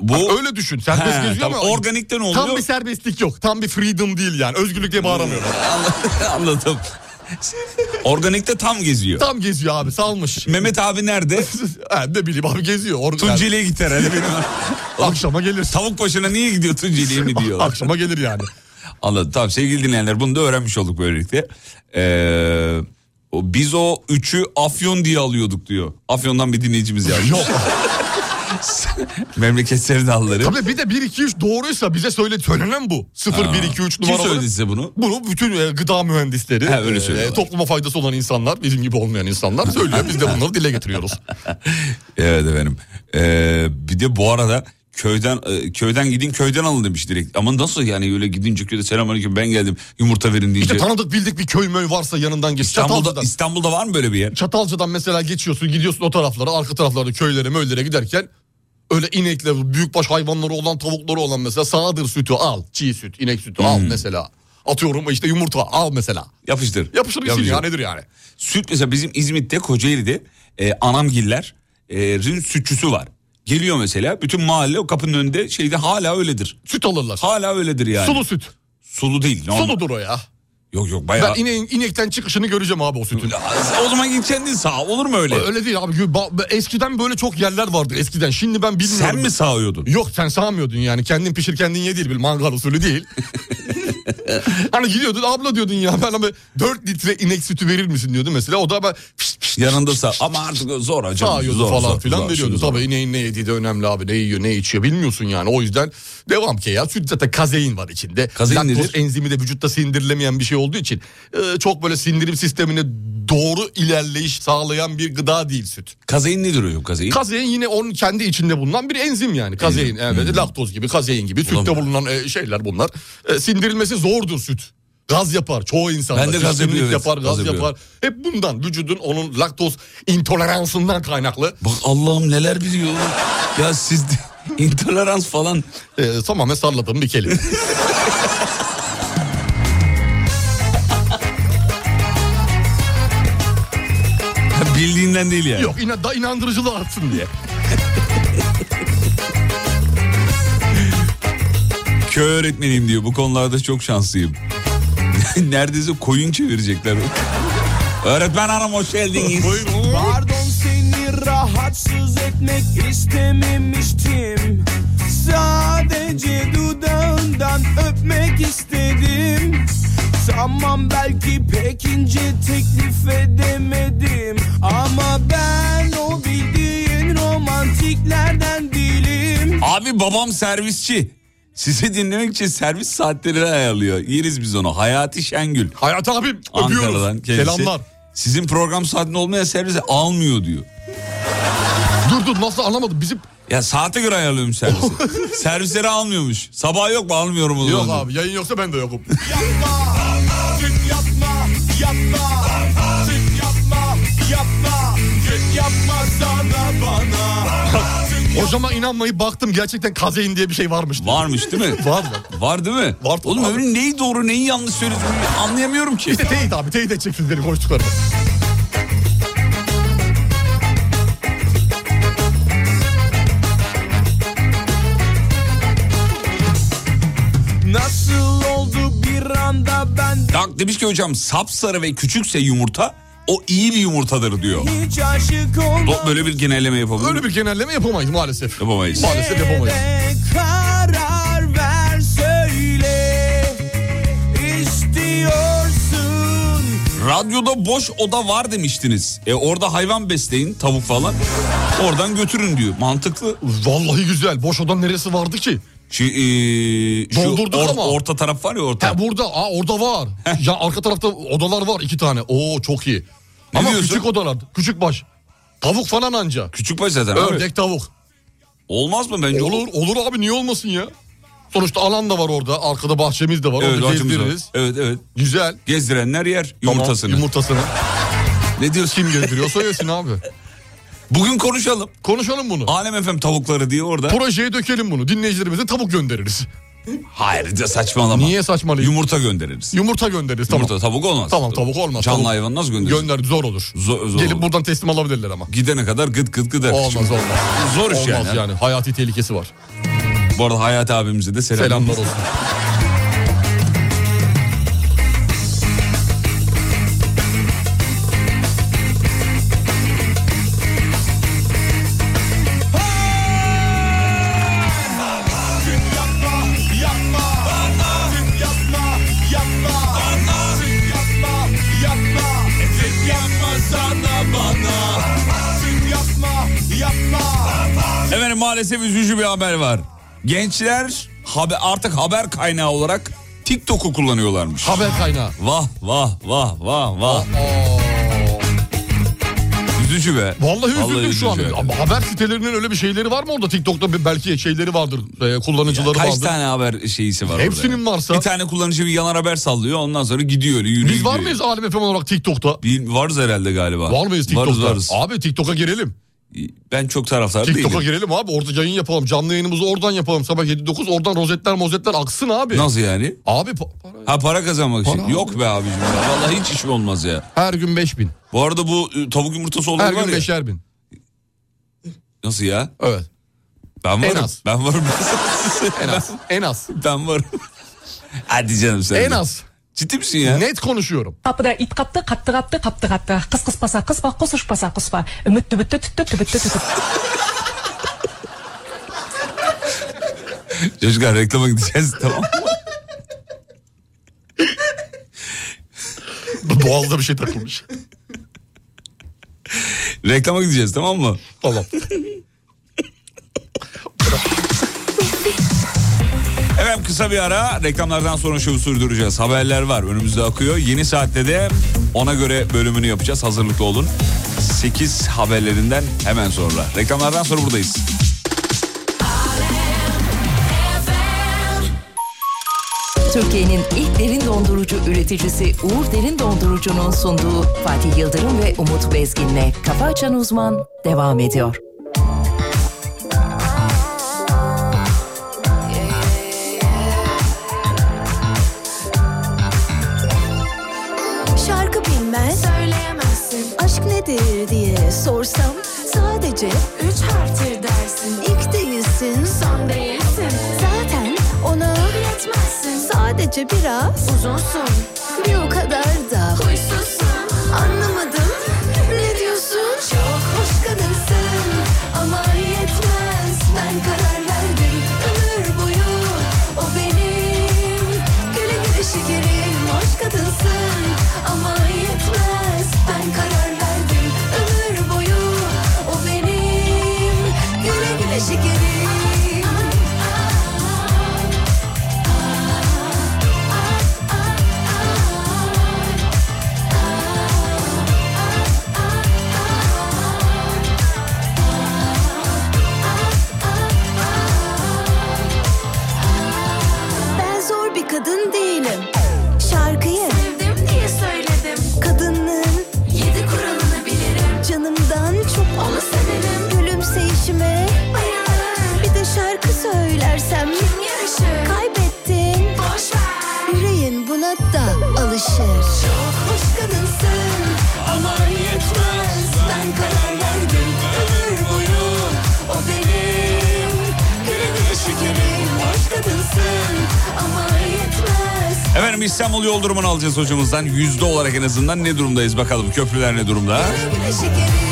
Speaker 3: Bu
Speaker 4: Öyle düşün. Serbest
Speaker 3: He,
Speaker 4: geziyor
Speaker 3: tamam.
Speaker 4: ama
Speaker 3: Organikte ne oluyor?
Speaker 4: Tam bir serbestlik yok. Tam bir freedom değil yani. Özgürlük diye bağıramıyorum.
Speaker 3: Hmm. Anla- anladım. Organikte tam geziyor.
Speaker 4: Tam geziyor abi salmış.
Speaker 3: Mehmet abi nerede?
Speaker 4: Ha, ne bileyim abi geziyor. Or- yani
Speaker 3: Tunceli'ye git herhalde. benim.
Speaker 4: akşama gelir.
Speaker 3: Tavuk başına niye gidiyor Tunceli'ye mi diyor.
Speaker 4: akşama gelir yani.
Speaker 3: Anladım. Tamam sevgili dinleyenler bunu da öğrenmiş olduk böylelikle. Ee, o- biz o üçü Afyon diye alıyorduk diyor. Afyon'dan bir dinleyicimiz yazmış.
Speaker 4: Yok.
Speaker 3: Memleket sevdalıları.
Speaker 4: Tabii bir de 1 2 3 doğruysa bize söyle söylenen bu. 0 1 2 3
Speaker 3: Kim
Speaker 4: numaraları.
Speaker 3: söyledi size bunu?
Speaker 4: Bunu bütün e, gıda mühendisleri,
Speaker 3: Ha, öyle
Speaker 4: e,
Speaker 3: söylüyorlar.
Speaker 4: topluma faydası olan insanlar, bizim gibi olmayan insanlar söylüyor. Biz de bunları dile getiriyoruz.
Speaker 3: Evet efendim. Ee, bir de bu arada köyden e, köyden gidin köyden alın demiş direkt. Ama nasıl yani öyle gidince köyde selamünaleyküm ben geldim yumurta verin deyince.
Speaker 4: İşte tanıdık bildik bir köy möy varsa yanından geç.
Speaker 3: İstanbul'da,
Speaker 4: Çatalca'dan,
Speaker 3: İstanbul'da var mı böyle bir yer?
Speaker 4: Çatalca'dan mesela geçiyorsun, gidiyorsun o taraflara, arka taraflarda köylere, möylere giderken öyle inekle, büyükbaş hayvanları olan, tavukları olan mesela sağdır sütü al, çiğ süt, inek sütü al
Speaker 3: Hmm.
Speaker 4: mesela. Atıyorum işte yumurta al mesela.
Speaker 3: Yapıştır.
Speaker 4: Yapışır gitsin ya nedir yani?
Speaker 3: Süt mesela bizim İzmit'te Kocaeli'de e, anamgiller e, rin sütçüsü var. Geliyor mesela bütün mahalle o kapının önünde şeyde hala öyledir.
Speaker 4: Süt alırlar.
Speaker 3: Hala öyledir yani.
Speaker 4: Sulu süt.
Speaker 3: Sulu değil. normal.
Speaker 4: Suludur o ya.
Speaker 3: Yok yok
Speaker 4: Ben
Speaker 3: bayağı.
Speaker 4: ineğin, inekten çıkışını göreceğim abi o sütün.
Speaker 3: O zaman git kendin sağ olur mu öyle?
Speaker 4: Öyle değil abi. Ba- Eskiden böyle çok yerler vardı eskiden. Şimdi ben bilmiyorum.
Speaker 3: Sen mi sağıyordun?
Speaker 4: Yok sen sağmıyordun yani. Kendin pişir kendin ye değil. Bir mangal usulü değil. hani gidiyordun abla diyordun ya. Ben ama 4 litre inek sütü verir misin diyordu mesela. O da ben pişt pişt
Speaker 3: Yanında sağ. Ama artık zor hocam.
Speaker 4: sağıyordu
Speaker 3: zor,
Speaker 4: falan
Speaker 3: zor,
Speaker 4: filan
Speaker 3: zor,
Speaker 4: veriyordu.
Speaker 3: şimdi zor.
Speaker 4: Tabii ineğin ne yediği de önemli abi. Ne yiyor ne içiyor bilmiyorsun yani. O yüzden devam ki ya. Süt zaten kazein var içinde.
Speaker 3: Kazein
Speaker 4: Laktoz
Speaker 3: nedir?
Speaker 4: enzimi de vücutta sindirilemeyen bir şey olduğu için e, çok böyle sindirim sistemine doğru ilerleyiş sağlayan bir gıda değil süt.
Speaker 3: Kazein nedir hocam kazein?
Speaker 4: Kazein yine onun kendi içinde bulunan bir enzim yani. Kazein evet laktoz gibi, kazein gibi sütte bulunan e, şeyler bunlar. E, sindirilmesi zordur süt. Gaz yapar çoğu insanda.
Speaker 3: Ben de gaz
Speaker 4: Şişkinlik
Speaker 3: yapıyor, evet.
Speaker 4: yapar, gaz
Speaker 3: Gaz yapıyor.
Speaker 4: yapar. Hep bundan vücudun onun laktoz intoleransından kaynaklı
Speaker 3: Bak Allah'ım neler biliyor. ya siz intolerans falan.
Speaker 4: e, tamamen salladığım bir kelime.
Speaker 3: Bildiğinden değil yani.
Speaker 4: Yok inan, da inandırıcılığı artsın diye.
Speaker 3: Köy öğretmeniyim diyor. Bu konularda çok şanslıyım. Neredeyse koyun çevirecekler. Öğretmen hanım hoş geldiniz.
Speaker 5: Pardon seni rahatsız etmek istememiştim Sadece dudağından öpmek istedim Tamam belki pek ince teklif edemedim Ama ben o bildiğin romantiklerden değilim
Speaker 3: Abi babam servisçi. Sizi dinlemek için servis saatlerini ayarlıyor. Yeriz biz onu. Hayati Şengül.
Speaker 4: Hayat abim
Speaker 3: Ankara'dan
Speaker 4: öpüyoruz.
Speaker 3: kendisi.
Speaker 4: Selamlar.
Speaker 3: Sizin program saatinde olmayan servise almıyor diyor.
Speaker 4: Dur dur nasıl anlamadım bizim...
Speaker 3: Ya saate göre ayarlıyorum servisi. Servisleri almıyormuş. Sabah yok mu almıyorum onu.
Speaker 4: Yok abi yayın yoksa ben de yokum.
Speaker 5: Yapma, gün yapma, yapma Gün yapma, yapma Gün yapma sana bana
Speaker 4: Hocama inanmayıp baktım gerçekten kazein diye bir şey varmış.
Speaker 3: Varmış değil mi?
Speaker 4: Var mı?
Speaker 3: Var değil mi?
Speaker 4: Var tabii
Speaker 3: Oğlum
Speaker 4: abi.
Speaker 3: öbürü neyi doğru neyi yanlış söylediğini anlayamıyorum ki.
Speaker 4: Bir de teyit abi teyit edeceksin benim konuştuklarımı.
Speaker 5: Nasıl oldu bir anda ben
Speaker 3: Dak demiş ki hocam sapsarı ve küçükse yumurta o iyi bir yumurtadır diyor.
Speaker 5: hiç aşık olmadım
Speaker 3: Do- Böyle bir genelleme yapabilir
Speaker 4: Öyle bir genelleme yapamayız maalesef.
Speaker 3: Yapamayız.
Speaker 4: Maalesef yapamayız.
Speaker 5: Nerede karar ver söyle İstiyorsun
Speaker 3: Radyoda boş oda var demiştiniz. E orada hayvan besleyin tavuk falan. Oradan götürün diyor. Mantıklı.
Speaker 4: Vallahi güzel. Boş odan neresi vardı ki?
Speaker 3: Şu, e, şu
Speaker 4: Doldurduk
Speaker 3: or-
Speaker 4: ama.
Speaker 3: orta taraf var ya orta.
Speaker 4: Ha burada, aa orada var. ya arka tarafta odalar var iki tane. Oo çok iyi.
Speaker 3: Ne
Speaker 4: Ama
Speaker 3: diyorsun?
Speaker 4: küçük odalar, küçük baş. Tavuk falan anca.
Speaker 3: Küçük baş zaten abi.
Speaker 4: Ördek tavuk.
Speaker 3: Olmaz mı bence?
Speaker 4: E Olur, olur abi niye olmasın ya? Sonuçta alan da var orada. Arkada bahçemiz de var.
Speaker 3: Evet,
Speaker 4: orada
Speaker 3: acımız var.
Speaker 4: gezdiririz.
Speaker 3: evet evet.
Speaker 4: Güzel.
Speaker 3: Gezdirenler yer yumurtasını.
Speaker 4: Tamam, yumurtasını.
Speaker 3: ne diyorsun?
Speaker 4: Kim gezdiriyorsa yesin abi.
Speaker 3: Bugün konuşalım.
Speaker 4: Konuşalım bunu.
Speaker 3: Alem efem tavukları diye orada.
Speaker 4: Projeye dökelim bunu. Dinleyicilerimize tavuk göndeririz.
Speaker 3: Hayır de saçmalama.
Speaker 4: Niye saçmalıyım?
Speaker 3: Yumurta göndeririz.
Speaker 4: Yumurta göndeririz. Tamam.
Speaker 3: Yumurta tavuk olmaz.
Speaker 4: Tamam tavuk olmaz.
Speaker 3: Canlı
Speaker 4: Tavuk-
Speaker 3: hayvan nasıl göndeririz?
Speaker 4: Gönder zor olur.
Speaker 3: Zor- zor
Speaker 4: Gelip
Speaker 3: olur.
Speaker 4: buradan teslim alabilirler ama.
Speaker 3: Gidene kadar gıt gıt gıder.
Speaker 4: Olmaz
Speaker 3: Şimdi-
Speaker 4: olmaz.
Speaker 3: Zor iş
Speaker 4: olmaz
Speaker 3: yani.
Speaker 4: yani. Hayati tehlikesi var.
Speaker 3: Bu arada Hayati abimize de selam.
Speaker 4: Selamlar olsun.
Speaker 3: Efendim maalesef üzücü bir haber var. Gençler haber, artık haber kaynağı olarak TikTok'u kullanıyorlarmış.
Speaker 4: Haber kaynağı.
Speaker 3: Vah vah vah vah vah. Üzücü be.
Speaker 4: Vallahi üzüldüm şu an.
Speaker 3: üzücü.
Speaker 4: Ama haber sitelerinin öyle bir şeyleri var mı orada? TikTok'ta bir- belki şeyleri vardır. e, kullanıcıları
Speaker 3: Kaç
Speaker 4: vardır.
Speaker 3: tane haber şeyisi var orada?
Speaker 4: Hepsinin varsa-
Speaker 3: Bir tane kullanıcı bir yanar haber sallıyor ondan sonra gidiyor öyle yürüyor.
Speaker 4: Biz var
Speaker 3: gidiyor.
Speaker 4: mıyız Alem FM olarak TikTok'ta?
Speaker 3: Bil- varız herhalde galiba.
Speaker 4: Var mıyız TikTok'ta?
Speaker 3: Varız varız.
Speaker 4: Abi TikTok'a girelim.
Speaker 3: Ben çok taraftar
Speaker 4: TikTok'a
Speaker 3: değilim.
Speaker 4: girelim abi. Orada yayın yapalım. Canlı yayınımızı oradan yapalım. Sabah 7-9 oradan rozetler mozetler aksın abi.
Speaker 3: Nasıl yani?
Speaker 4: Abi pa- para-
Speaker 3: Ha para kazanmak için.
Speaker 4: Para
Speaker 3: Yok be abicim. ya. Vallahi hiç işim olmaz ya.
Speaker 4: her gün 5000.
Speaker 3: Bu arada bu e, tavuk yumurtası
Speaker 4: Her
Speaker 3: olayı var
Speaker 4: gün
Speaker 3: ya.
Speaker 4: 5'er bin.
Speaker 3: Nasıl ya?
Speaker 4: Evet.
Speaker 3: Ben varım.
Speaker 4: az.
Speaker 3: Ben varım.
Speaker 4: En az. En az.
Speaker 3: ben varım. Hadi canım sen. de.
Speaker 4: En az.
Speaker 3: Ciddi misin ya?
Speaker 4: Net konuşuyorum.
Speaker 8: Kapıda it kaptı, kaptı kaptı, kaptı kaptı. Kıs kıspasa kıspa, kusuşpasa kuspa. Ümit tübüttü tüttü tübüttü tüttü.
Speaker 3: Çocuklar reklama gideceğiz tamam mı?
Speaker 4: Boğazda bir şey takılmış.
Speaker 3: reklama gideceğiz tamam mı?
Speaker 4: Tamam.
Speaker 3: Efendim kısa bir ara reklamlardan sonra şovu sürdüreceğiz. Haberler var önümüzde akıyor. Yeni saatte de ona göre bölümünü yapacağız. Hazırlıklı olun. 8 haberlerinden hemen sonra. Reklamlardan sonra buradayız.
Speaker 1: Türkiye'nin ilk derin dondurucu üreticisi Uğur Derin Dondurucu'nun sunduğu Fatih Yıldırım ve Umut Bezgin'le Kafa Açan Uzman devam ediyor.
Speaker 9: Şarkı bilmez,
Speaker 7: Söyleyemezsin
Speaker 9: aşk nedir diye sorsam sadece
Speaker 7: Üç harftir dersin
Speaker 9: ilk değilsin.
Speaker 7: Son değilsin
Speaker 9: Zaten ona
Speaker 7: Yetmezsin
Speaker 9: sadece biraz,
Speaker 7: Uzunsun
Speaker 9: bir o kadar da
Speaker 7: Huysuzsun
Speaker 9: anlamadım. Ne diyorsun? Çok hoş kadınsın ama yetmez. Ben karar verdim ömür boyu o benim. Güle güle şekerim, hoş kadınsın ama yetmez. Ben karar verdim ömür boyu o benim. Güle güle şekerim. Ben zor bir kadın değilim. Şarkıyı
Speaker 7: Sevdim diye söyledim
Speaker 9: kadının
Speaker 7: Yedi kuralını bilirim
Speaker 9: canımdan çok
Speaker 7: Onu severim
Speaker 9: Gülümseyişime
Speaker 7: Bayılırım
Speaker 9: bir de şarkı söylersem
Speaker 7: Kim yarışır
Speaker 9: Kaybettin
Speaker 7: Boş ver
Speaker 9: Yüreğin buna da alışır Çok hoş kadınsın ama yetmez Ben karar verdim ömür boyu o benim Güle güle şekerim hoş kadınsın ama yetmez
Speaker 3: Efendim İstanbul yol durumunu alacağız hocamızdan. Yüzde olarak en azından ne durumdayız bakalım. Köprüler ne durumda?
Speaker 9: Güle güle şekerim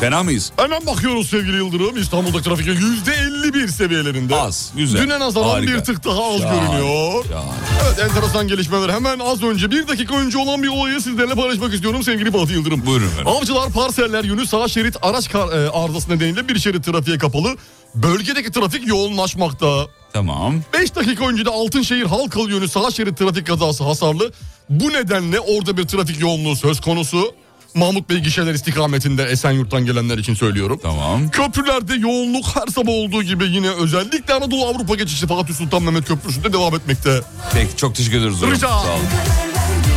Speaker 3: Fena mıyız?
Speaker 4: Hemen bakıyoruz sevgili Yıldırım. İstanbul'da trafik yüzde 51 seviyelerinde.
Speaker 3: Az, güzel,
Speaker 4: Düne nazaran
Speaker 3: harika.
Speaker 4: bir tık daha az
Speaker 3: Şahane,
Speaker 4: görünüyor.
Speaker 3: şahane.
Speaker 4: Evet enteresan gelişmeler. Hemen az önce bir dakika önce olan bir olayı sizlerle paylaşmak istiyorum sevgili Fatih Yıldırım.
Speaker 3: Buyurun efendim.
Speaker 4: Avcılar parseller yönü sağ şerit araç kar- e, arızası nedeniyle bir şerit trafiğe kapalı. Bölgedeki trafik yoğunlaşmakta.
Speaker 3: Tamam.
Speaker 4: 5 dakika önce de Altınşehir Halkalı yönü sağ şerit trafik kazası hasarlı. Bu nedenle orada bir trafik yoğunluğu söz konusu. Mahmut Bey gişeler istikametinde Esenyurt'tan gelenler için söylüyorum.
Speaker 3: Tamam.
Speaker 4: Köprülerde yoğunluk her sabah olduğu gibi yine özellikle Anadolu Avrupa geçişi Fatih Sultan Mehmet Köprüsü'nde devam etmekte.
Speaker 3: Peki çok teşekkür ederiz hocam.
Speaker 4: Rica.
Speaker 3: Sağ olun.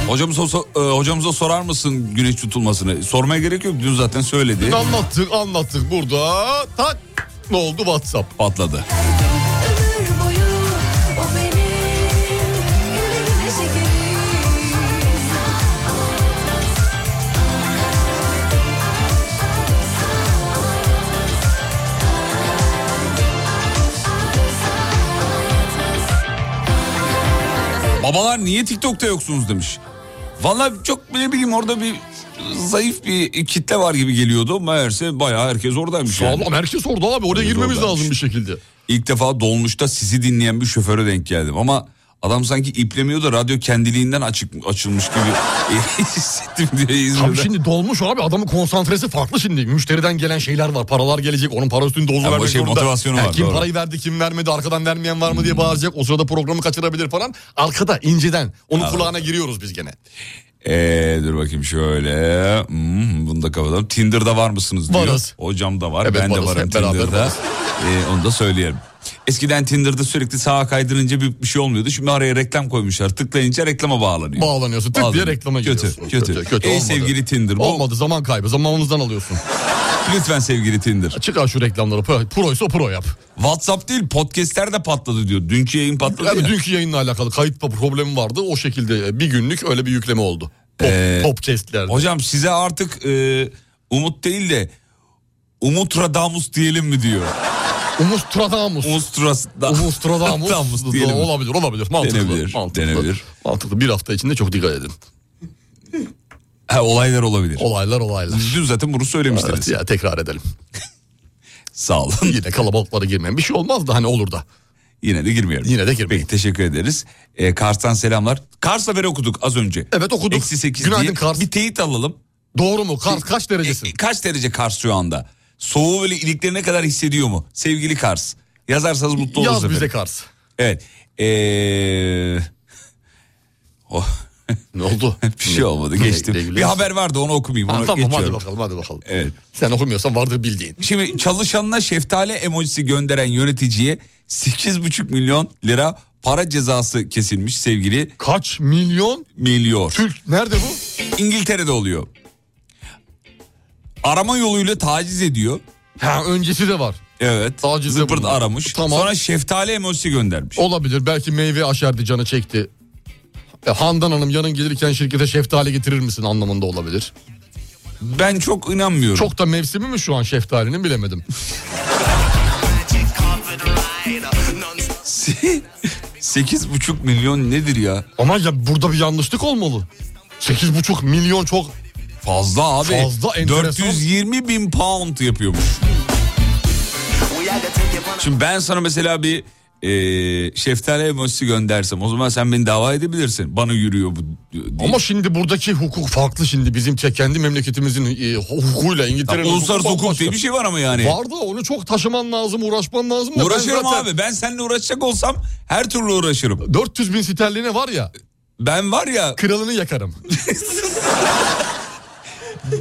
Speaker 3: Hocamıza, so- e, hocamıza sorar mısın güneş tutulmasını? Sormaya gerek yok. Dün zaten söyledi.
Speaker 4: Anlattık anlattık burada tak ne oldu WhatsApp.
Speaker 3: Patladı.
Speaker 9: Ömür boyu o benim gönlümün şekeri.
Speaker 3: Babalar niye TikTok'ta yoksunuz demiş. Vallahi çok ne bileyim orada bir zayıf bir kitle var gibi geliyordu. Meğerse bayağı herkes oradaymış yani.
Speaker 4: Sağlam herkes orada şey abi oraya
Speaker 3: Herkes
Speaker 4: girmemiz
Speaker 3: oradaymış.
Speaker 4: lazım bir şekilde.
Speaker 3: İlk defa dolmuşta sizi dinleyen bir şoföre denk geldim ama adam sanki iplemiyor da radyo kendiliğinden açık açılmış gibi hissettim diye
Speaker 4: Tabii
Speaker 3: İzmir'de.
Speaker 4: şimdi dolmuş abi adamın konsantresi farklı şimdi. Müşteriden gelen şeyler var. Paralar gelecek. Onun para üstünde dozu
Speaker 3: Ya bu
Speaker 4: vermek
Speaker 3: şey
Speaker 4: zorunda.
Speaker 3: motivasyonu
Speaker 4: Yani
Speaker 3: var,
Speaker 4: Kim
Speaker 3: doğru.
Speaker 4: parayı verdi kim vermedi arkadan vermeyen var mı diye bağıracak. O sırada programı kaçırabilir falan. Arkada inceden onun kulağına giriyoruz biz gene.
Speaker 3: Ee, dur bakayım şöyle. Hmm, bunu da kapatalım. Tinder'da var mısınız diyor.
Speaker 4: Varız.
Speaker 3: Hocam da var.
Speaker 4: Evet,
Speaker 3: ben
Speaker 4: varız.
Speaker 3: de varım
Speaker 4: Hep beraber
Speaker 3: Tinder'da.
Speaker 4: varız.
Speaker 3: Ee, onu da söyleyelim. Eskiden Tinder'da sürekli sağa kaydırınca bir, bir şey olmuyordu. Şimdi araya reklam koymuşlar. Tıklayınca reklama bağlanıyor.
Speaker 4: Bağlanıyorsun tık diye
Speaker 3: Bağlanıyor.
Speaker 4: reklama giriyorsun.
Speaker 3: Kötü, kötü. Ey
Speaker 4: olmadı.
Speaker 3: sevgili Tinder. Bu,
Speaker 4: Olmadı zaman kaybı zamanımızdan alıyorsun.
Speaker 3: Lütfen sevgili Tinder.
Speaker 4: Çıkar şu reklamları pro- proysa pro yap.
Speaker 3: WhatsApp değil podcastler de patladı diyor. Dünkü yayın patladı
Speaker 4: Yani
Speaker 3: ya.
Speaker 4: dünkü yayınla alakalı kayıt problemi vardı. O şekilde e, bir günlük öyle bir yükleme oldu. Pop,
Speaker 3: Ee,
Speaker 4: popcastlerde.
Speaker 3: Hocam size artık e, Umut değil de Umut Radamus diyelim mi diyor.
Speaker 4: Umus Tradamus.
Speaker 3: Umut Radamus.
Speaker 4: Umus
Speaker 3: Radamus
Speaker 4: Tradamus
Speaker 3: diyelim mi?
Speaker 4: olabilir olabilir mantıklı.
Speaker 3: Denebilir,
Speaker 4: mantıklı,
Speaker 3: denebilir.
Speaker 4: Mantıklı bir hafta içinde çok dikkat edin.
Speaker 3: Ha, olaylar olabilir.
Speaker 4: Olaylar olaylar.
Speaker 3: Dün zaten bunu söylemiştiniz.
Speaker 4: Evet, ya tekrar edelim.
Speaker 3: Sağ olun.
Speaker 4: Yine kalabalıklara girmeyin. Bir şey olmaz da hani olur da.
Speaker 3: Yine de girmeyelim.
Speaker 4: Yine de
Speaker 3: Peki
Speaker 4: girmeyelim.
Speaker 3: teşekkür ederiz. Ee, Kars'tan selamlar. Kars haberi okuduk az önce.
Speaker 4: Evet, okuduk.
Speaker 3: Eksi 8
Speaker 4: Günaydın
Speaker 3: diye.
Speaker 4: Kars.
Speaker 3: Bir teyit alalım.
Speaker 4: Doğru mu? Kar kaç derecesin?
Speaker 3: E, e, kaç derece Kars şu anda? Soğuğu böyle iliklerine kadar hissediyor mu? Sevgili Kars. Yazarsanız mutlu oluruz
Speaker 4: Yaz bize
Speaker 3: efendim.
Speaker 4: Kars.
Speaker 3: Evet. Ee... Oh,
Speaker 4: Ne oldu?
Speaker 3: bir şey olmadı
Speaker 4: Ne-
Speaker 3: geçtim.
Speaker 4: ne
Speaker 3: bir
Speaker 4: gülüyorsun?
Speaker 3: haber vardı onu okumayayım.
Speaker 4: Ha,
Speaker 3: Onu
Speaker 4: tamam hadi
Speaker 3: geçiyorum.
Speaker 4: bakalım hadi bakalım.
Speaker 3: Evet.
Speaker 4: Sen okumuyorsan vardır bildiğin.
Speaker 3: Şimdi çalışanına şeftali emojisi gönderen yöneticiye 8,5 milyon lira para cezası kesilmiş sevgili
Speaker 4: Kaç milyon
Speaker 3: Milyor.
Speaker 4: Türk nerede bu?
Speaker 3: İngiltere'de oluyor. Arama yoluyla taciz ediyor.
Speaker 4: Ha öncesi de var.
Speaker 3: Evet.
Speaker 4: Tacize
Speaker 3: Zıpırt
Speaker 4: bulunuyor.
Speaker 3: aramış.
Speaker 4: Tamam.
Speaker 3: Sonra şeftali emojisi göndermiş.
Speaker 4: Olabilir belki meyve aşerdi canı çekti. E, Handan Hanım yarın gelirken şirkete şeftali getirir misin anlamında olabilir.
Speaker 3: Ben çok inanmıyorum.
Speaker 4: Çok da mevsimi mi şu an şeftalinin bilemedim.
Speaker 3: 8,5 milyon nedir ya?
Speaker 4: Ama ya burada bir yanlışlık olmalı. 8,5 milyon çok
Speaker 3: Fazla abi.
Speaker 4: Fazla, enteresan.
Speaker 3: 420 bin pound yapıyormuş. Şimdi ben sana mesela bir e, şeftali emojisi göndersem o zaman sen beni dava edebilirsin. Bana yürüyor bu. diye.
Speaker 4: ama şimdi buradaki hukuk farklı şimdi bizim te- kendi memleketimizin e, hukukuyla
Speaker 3: Ya
Speaker 4: İngiltere'nin
Speaker 3: uluslararası
Speaker 4: hukuku
Speaker 3: hukuk diye bir
Speaker 4: bambaşka.
Speaker 3: şey var ama yani.
Speaker 4: Var da onu çok taşıman lazım uğraşman lazım. da ben
Speaker 3: Uğraşırım
Speaker 4: zaten
Speaker 3: abi. Ben seninle uğraşacak olsam her türlü uğraşırım.
Speaker 4: 400 bin sterline var ya
Speaker 3: Ben var ya
Speaker 4: kralını yakarım.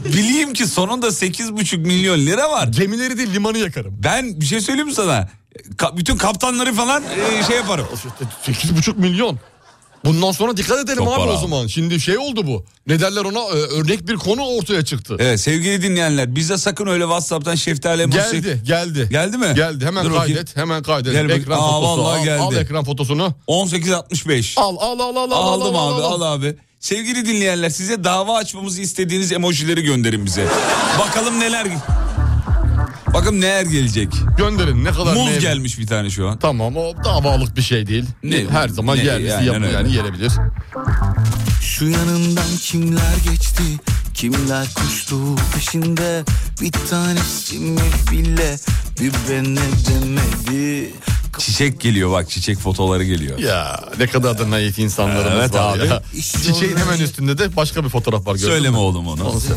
Speaker 3: bileyim ki sonunda 8,5 milyon lira var.
Speaker 4: Gemileri değil limanı yakarım.
Speaker 3: Ben bir şey söyleyeyim mi sana? Ka- bütün kaptanları falan e, şey yaparım.
Speaker 4: 8,5 milyon. Bundan sonra dikkat edelim
Speaker 3: Çok
Speaker 4: abi
Speaker 3: para
Speaker 4: o
Speaker 3: abi.
Speaker 4: zaman. Şimdi şey oldu bu. Ne derler ona? Ee, örnek bir konu ortaya çıktı.
Speaker 3: Evet sevgili dinleyenler bize sakın öyle Whatsapp'tan şeftali şey- emojisi...
Speaker 4: geldi, geldi.
Speaker 3: Geldi mi?
Speaker 4: Geldi. Hemen
Speaker 3: Dur bakayım.
Speaker 4: kaydet, hemen kaydet.
Speaker 3: Gel bakayım.
Speaker 4: ekran
Speaker 3: Aa,
Speaker 4: fotosu.
Speaker 3: vallahi
Speaker 4: Al,
Speaker 3: geldi.
Speaker 4: al ekran fotosunu.
Speaker 3: 1865.
Speaker 4: Al, al, al, al, al. al,
Speaker 3: Aldım
Speaker 4: al,
Speaker 3: abi
Speaker 4: al, al.
Speaker 3: al abi. Sevgili dinleyenler size dava açmamızı istediğiniz emojileri gönderin bize. Bakalım neler... Bakalım neler gelecek.
Speaker 4: Gönderin ne kadar
Speaker 3: Muz
Speaker 4: meyve-
Speaker 3: gelmiş bir tane şu an.
Speaker 4: Tamam o davalık bir şey değil.
Speaker 3: Ne-
Speaker 4: Her zaman
Speaker 3: ne-
Speaker 4: yerlisi
Speaker 3: yani
Speaker 4: yapılır
Speaker 3: öyle.
Speaker 4: yani yerebilir.
Speaker 5: Şu yanından kimler geçti Kimler koştu peşinde Bir tanesi mi bile Bir ben ne demedi
Speaker 3: Çiçek geliyor bak çiçek fotoları geliyor.
Speaker 4: Ya ne kadar da naif insanlarımız
Speaker 3: Evet
Speaker 4: var
Speaker 3: abi.
Speaker 4: ya. Çiçeğin hemen üstünde de başka bir fotoğraf var. gördün mü?
Speaker 3: Söyleme oğlum onu.
Speaker 4: Olsun.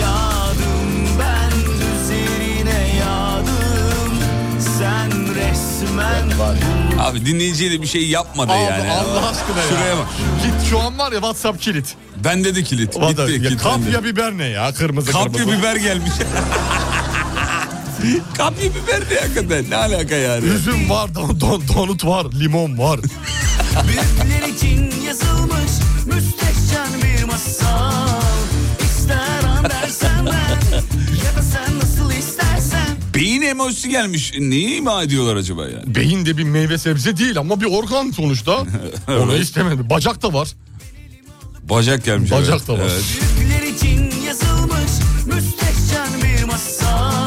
Speaker 5: Yağdım ben üzerine yağdım Sen resmen
Speaker 3: Abi dinleyiciye de bir şey yapmadı
Speaker 4: Abi,
Speaker 3: yani.
Speaker 4: Allah aşkına ya.
Speaker 3: Şuraya bak.
Speaker 4: Git şu an var ya WhatsApp kilit.
Speaker 3: Bende de kilit.
Speaker 4: O da-
Speaker 3: Gitti,
Speaker 4: ya,
Speaker 3: kilitlendi.
Speaker 4: kapya biber ne ya? Kırmızı
Speaker 3: Kapya
Speaker 4: kırmızı.
Speaker 3: biber gelmiş. Kapya biber ne hakikaten? Ne alaka yani?
Speaker 4: Üzüm var, don, don, donut var, limon var.
Speaker 5: Büyükler için yazılmış müstehcen bir masal İster an dersen ben ya da sen nasıl istersen
Speaker 3: Beyin emojisi gelmiş. Neyi ima ediyorlar acaba yani?
Speaker 4: Beyin de bir meyve sebze değil ama bir organ sonuçta. Onu istemedi. Bacak da var.
Speaker 3: Bacak gelmiş.
Speaker 4: Bacak
Speaker 3: evet.
Speaker 4: da var.
Speaker 3: Evet.
Speaker 5: Büyükler için yazılmış müstehcen bir masal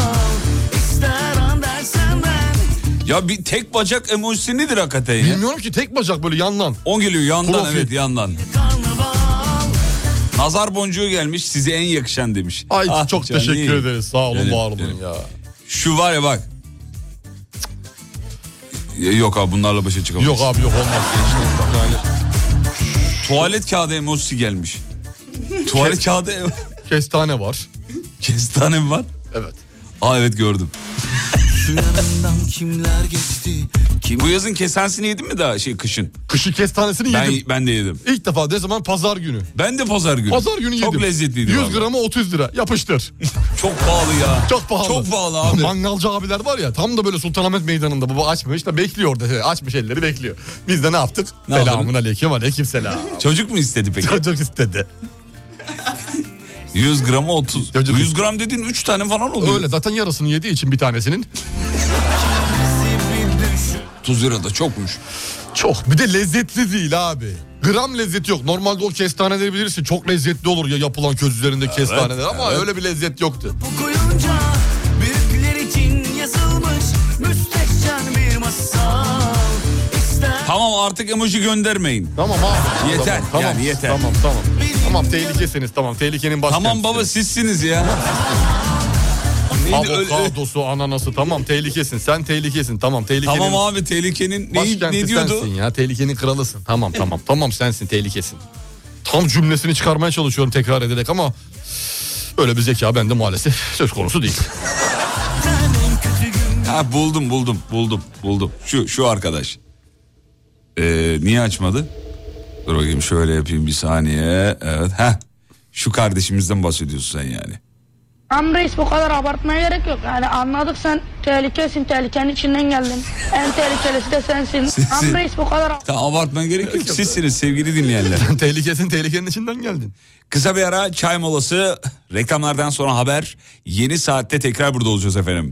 Speaker 5: İster an dersen ben
Speaker 3: Ya bir tek bacak emojisi nedir hakikaten ya?
Speaker 4: Bilmiyorum ki tek bacak böyle yandan.
Speaker 3: O geliyor yandan
Speaker 4: Profil.
Speaker 3: evet yandan.
Speaker 5: karnaval
Speaker 3: Nazar boncuğu gelmiş size en yakışan demiş.
Speaker 4: Ay
Speaker 3: Ah
Speaker 4: çok
Speaker 3: canım.
Speaker 4: teşekkür ederiz. Sağ olun,
Speaker 3: Canım,
Speaker 4: var olun
Speaker 3: canım.
Speaker 4: ya.
Speaker 3: Şu var ya bak. Ya Yok abi bunlarla başa çıkamayız.
Speaker 4: Yok abi yok olmaz.
Speaker 3: Tuvalet kağıdı emojisi gelmiş. Tuvalet kağıdı em-
Speaker 4: Kestane var.
Speaker 3: kestane mi var?
Speaker 4: Evet.
Speaker 3: Aa evet gördüm.
Speaker 5: Şu yanından kimler geçti kim
Speaker 3: Bu yazın kesansını yedin mi daha şey kışın?
Speaker 4: Kışı kestanesini
Speaker 3: Ben,
Speaker 4: yedim.
Speaker 3: ben de yedim.
Speaker 4: İlk defa ne zaman pazar günü.
Speaker 3: Ben de pazar günü.
Speaker 4: Pazar günü yedim.
Speaker 3: Çok lezzetliydi.
Speaker 4: 100
Speaker 3: vallahi.
Speaker 4: gramı 30 lira. Yapıştır.
Speaker 3: Çok pahalı ya.
Speaker 4: Çok pahalı.
Speaker 3: Çok pahalı abi.
Speaker 4: Mangalcı abiler var ya tam da böyle Sultanahmet Meydanı'nda baba açmış da bekliyor orada. Şey, Açmış elleri bekliyor. Biz de ne yaptık?
Speaker 3: Ne
Speaker 4: Selamun
Speaker 3: yapalım?
Speaker 4: aleyküm aleyküm selam.
Speaker 3: Çocuk mu istedi peki?
Speaker 4: Çocuk istedi.
Speaker 3: 100 gramı 30.
Speaker 4: Çocuk-
Speaker 3: 100 gram dediğin 3 tane falan oluyor.
Speaker 4: Öyle zaten yarısını yediği için bir tanesinin.
Speaker 3: 30 lira da çokmuş.
Speaker 4: Çok. Bir de lezzetli değil abi. Gram lezzeti yok. Normalde o kestaneleri bilirsin. Çok lezzetli olur ya yapılan köz üzerinde kestaneler ama öyle bir lezzet yoktu.
Speaker 5: okuyunca Büyükler için yazılmış müstehcen bir masal İster
Speaker 3: Tamam artık emoji göndermeyin.
Speaker 4: Tamam abi.
Speaker 3: Yeter,
Speaker 4: Tamam, tamam,
Speaker 3: yani yeter.
Speaker 4: Tamam tamam. Tamam tehlikesiniz tamam. Tehlikenin başkenti.
Speaker 3: Tamam baba sizsiniz ya. Neydi öyle-
Speaker 4: Avokadosu, ananası tamam tehlikesin. Sen tehlikesin tamam tehlikenin
Speaker 3: Tamam abi tehlikenin ne,
Speaker 4: başkenti
Speaker 3: ne diyordu?
Speaker 4: sensin ya. Tehlikenin kralısın. Tamam tamam tamam sensin tehlikesin. Tam cümlesini çıkarmaya çalışıyorum tekrar ederek ama öyle bir zeka bende maalesef söz konusu değil.
Speaker 3: Ha, buldum buldum buldum buldum. Şu şu arkadaş. Ee, niye açmadı? Dur bakayım şöyle yapayım bir saniye. Evet ha. Şu kardeşimizden bahsediyorsun sen yani.
Speaker 10: Am reis bu kadar abartmaya gerek yok. Yani anladık sen tehlikesin, tehlikenin içinden geldin. En tehlikelisi de sensin. Am reis bu kadar
Speaker 3: Tamam abartman gerek yok. Sizsiniz sevgili dinleyenler.
Speaker 4: tehlikesin tehlikenin içinden geldin.
Speaker 3: Kısa bir ara çay molası. Reklamlardan sonra haber. Yeni saatte tekrar burada olacağız efendim.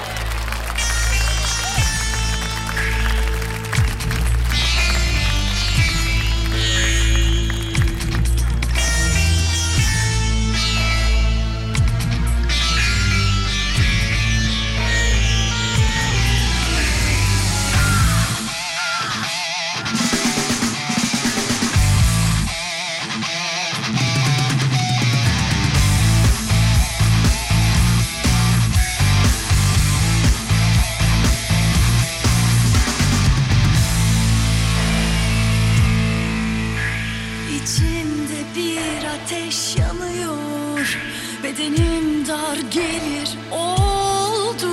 Speaker 2: İçimde bir ateş yanıyor Bedenim dar gelir oldu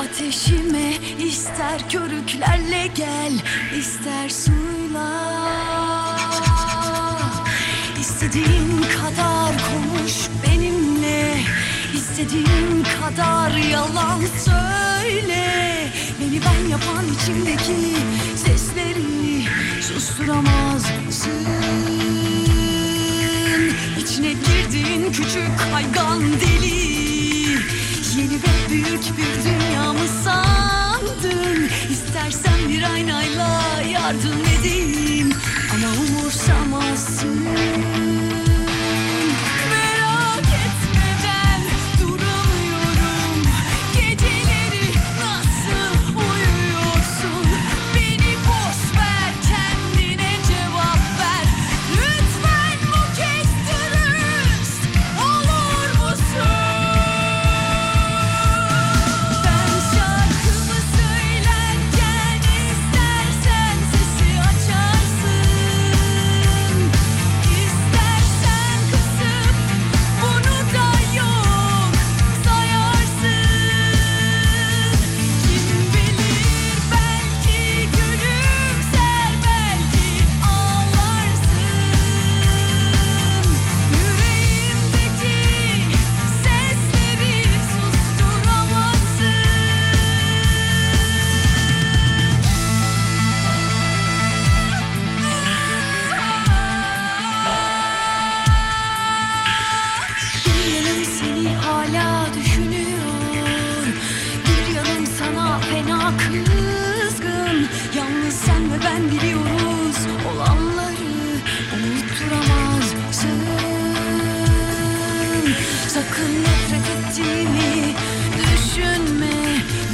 Speaker 2: Ateşime ister körüklerle gel ister suyla İstediğin kadar konuş benimle İstediğin kadar yalan söyle Beni ben yapan içimdeki sesleri susturamazsın İçine girdiğin küçük kaygan deli Yeni ve büyük bir dünya mı sandın İstersen bir aynayla yardım edeyim Ama umursamazsın Merak etme ben Sakın nefret ettiğimi düşünme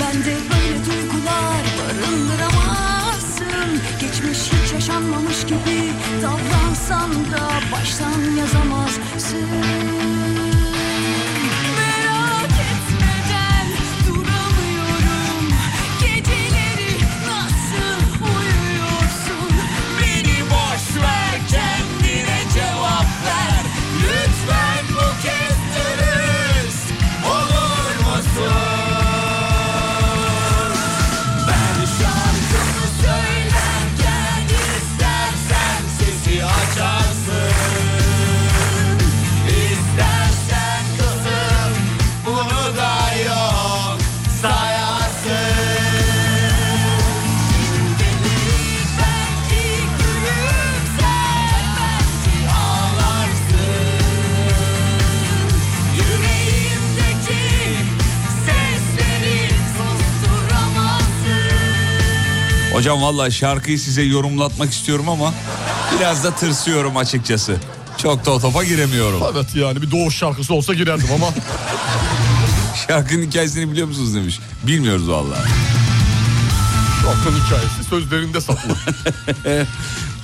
Speaker 2: Bende böyle duygular barındıramazsın Geçmiş hiç yaşanmamış gibi davransan da Baştan yazamazsın Merak etmeden duramıyorum Geceleri nasıl uyuyorsun
Speaker 5: Beni boş ver kendine cevap ver Lütfen bu kez dürüst olur musun? Ben şarkımı söylerken istersen sesi açarsın İstersen kızım bunu da yok sayarsın Şimdilik belki gülümser belki ağlarsın Yüreğimdeki sesleri susturamazsın
Speaker 3: Hocam valla şarkıyı size yorumlatmak istiyorum ama biraz da tırsıyorum açıkçası. Çok da o topa giremiyorum.
Speaker 4: Evet yani bir doğuş şarkısı olsa girerdim ama.
Speaker 3: Şarkının hikayesini biliyor musunuz demiş. Bilmiyoruz valla.
Speaker 4: Şarkının hikayesi sözlerinde saklı.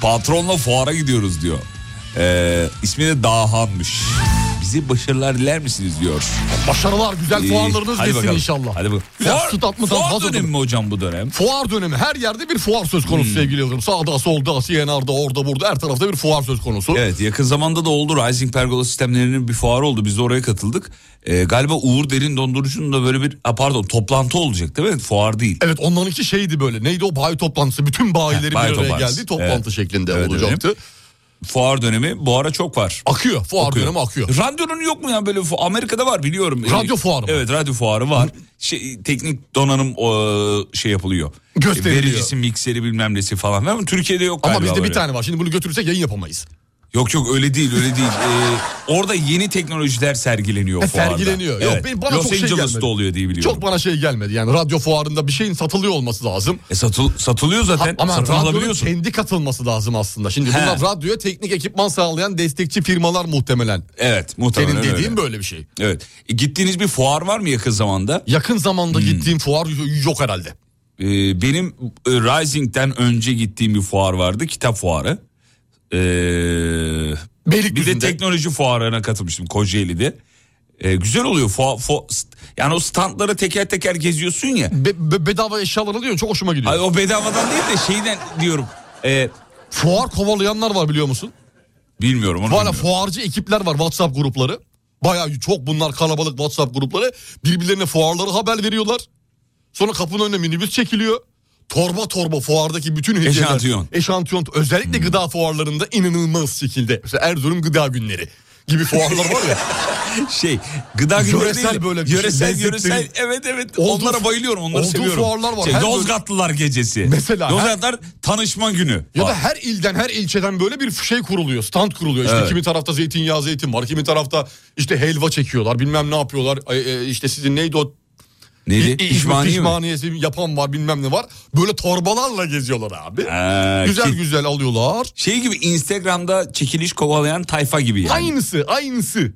Speaker 3: Patronla fuara gidiyoruz diyor. Ee, ismi de Dahan'mış. Bize başarılar diler misiniz diyor.
Speaker 4: Başarılar, güzel fuarlarınız
Speaker 3: hadi
Speaker 4: desin
Speaker 3: bakalım.
Speaker 4: inşallah.
Speaker 3: Hadi bakalım.
Speaker 4: Güzel
Speaker 3: Fuar,
Speaker 4: stat mı,
Speaker 3: fuar
Speaker 4: fazla
Speaker 3: dönemi
Speaker 4: dönemi.
Speaker 3: mi hocam bu dönem?
Speaker 4: Fuar dönemi her yerde bir fuar söz konusu
Speaker 3: Hmm.
Speaker 4: sevgili Yıldırım. Sağda solda CNR'da orada burada her tarafta bir fuar söz konusu.
Speaker 3: Evet yakın zamanda da oldu Rising Pergola sistemlerinin bir fuarı oldu. Biz de oraya katıldık. Ee, galiba Uğur Derin Dondurucu'nun da böyle bir ha, pardon toplantı olacak değil mi? Fuar değil.
Speaker 4: Evet onlarınki şeydi böyle neydi o bayi toplantısı bütün bayileri bir
Speaker 3: Bayi
Speaker 4: araya
Speaker 3: toplantısı.
Speaker 4: geldi toplantı
Speaker 3: Evet.
Speaker 4: şeklinde
Speaker 3: Evet,
Speaker 4: olacaktı.
Speaker 3: Fuar dönemi bu ara çok var.
Speaker 4: Akıyor fuar dönemi akıyor.
Speaker 3: Radyonun yok mu ya böyle fu- Amerika'da var biliyorum.
Speaker 4: Radyo fuarı mı?
Speaker 3: Evet radyo fuarı var. Şey, teknik donanım o, şey yapılıyor.
Speaker 4: Gösteriliyor.
Speaker 3: Vericisi, mikseri bilmem nesi falan. Ama Türkiye'de yok
Speaker 4: Ama
Speaker 3: galiba
Speaker 4: bizde bir
Speaker 3: böyle.
Speaker 4: tane var şimdi bunu götürürsek yayın yapamayız.
Speaker 3: Yok yok öyle değil öyle değil. Ee, orada yeni teknolojiler sergileniyor
Speaker 4: E,
Speaker 3: fuarda.
Speaker 4: sergileniyor. Yok, benim- bana
Speaker 3: Los
Speaker 4: çok şey
Speaker 3: Angeles'ta
Speaker 4: gelmedi.
Speaker 3: oluyor diye biliyorum.
Speaker 4: Çok bana şey gelmedi yani radyo fuarında bir şeyin satılıyor olması lazım.
Speaker 3: E, satıl- satılıyor zaten.
Speaker 4: Ha- ama
Speaker 3: Satın
Speaker 4: radyonun
Speaker 3: alabiliyorsun.
Speaker 4: kendi katılması lazım aslında. Şimdi
Speaker 3: He.
Speaker 4: bunlar radyoya teknik ekipman sağlayan destekçi firmalar muhtemelen.
Speaker 3: Evet muhtemelen
Speaker 4: Senin dediğin
Speaker 3: öyle.
Speaker 4: böyle bir şey.
Speaker 3: Evet. E, gittiğiniz bir fuar var mı yakın zamanda?
Speaker 4: Yakın zamanda
Speaker 3: Hmm.
Speaker 4: gittiğim fuar yok herhalde.
Speaker 3: Ee, benim e, Rising'den önce gittiğim bir fuar vardı. Kitap fuarı. Ee, bir de
Speaker 4: Beylikdüzü'nde.
Speaker 3: teknoloji fuarına katılmıştım Kocaeli'de. Ee, güzel oluyor. Fuar, fu- st- yani o standları teker teker geziyorsun ya.
Speaker 4: Be- be- bedava eşyalar alıyor çok hoşuma gidiyor.
Speaker 3: Ay, o bedavadan değil de şeyden diyorum. Ee,
Speaker 4: Fuar kovalayanlar var biliyor musun?
Speaker 3: bilmiyorum. Onu
Speaker 4: Valla
Speaker 3: bilmiyorum.
Speaker 4: fuarcı ekipler var WhatsApp grupları. Bayağı çok bunlar kalabalık WhatsApp grupları. Birbirlerine fuarları haber veriyorlar. Sonra kapının önüne minibüs çekiliyor. Torba torba fuardaki bütün hediyeler.
Speaker 3: Eşantiyon. Hmm.
Speaker 4: Eşantiyon. Özellikle gıda fuarlarında inanılmaz şekilde. Mesela Erzurum Gıda Günleri gibi fuarlar var ya.
Speaker 3: şey gıda günleri
Speaker 4: Yöresel
Speaker 3: değil de-
Speaker 4: böyle bir şey,
Speaker 3: yöresel
Speaker 4: lezzetlerin-
Speaker 3: yöresel evet evet
Speaker 4: Olduğu-
Speaker 3: onlara bayılıyorum onları
Speaker 4: olduğu
Speaker 3: seviyorum.
Speaker 4: fuarlar var.
Speaker 3: Şey,
Speaker 4: Her böyle-
Speaker 3: Yozgatlılar gecesi.
Speaker 4: Mesela her-
Speaker 3: Yozgatlar tanışma günü.
Speaker 4: Ya da
Speaker 3: Var.
Speaker 4: her ilden her ilçeden böyle bir şey kuruluyor. Stand kuruluyor. İşte
Speaker 3: Evet.
Speaker 4: kimi tarafta zeytinyağı zeytin var. Kimi tarafta işte helva çekiyorlar. Bilmem ne yapıyorlar. Ay, e, işte sizin neydi o
Speaker 3: neydi?
Speaker 4: İ-
Speaker 3: İşmaniye mi?
Speaker 4: pişmaniyesi yapan var bilmem ne var. Böyle torbalarla geziyorlar abi.
Speaker 3: Ee,
Speaker 4: güzel
Speaker 3: ki-
Speaker 4: güzel alıyorlar.
Speaker 3: Şey gibi Instagram'da çekiliş kovalayan tayfa gibi yani.
Speaker 4: Aynısı aynısı.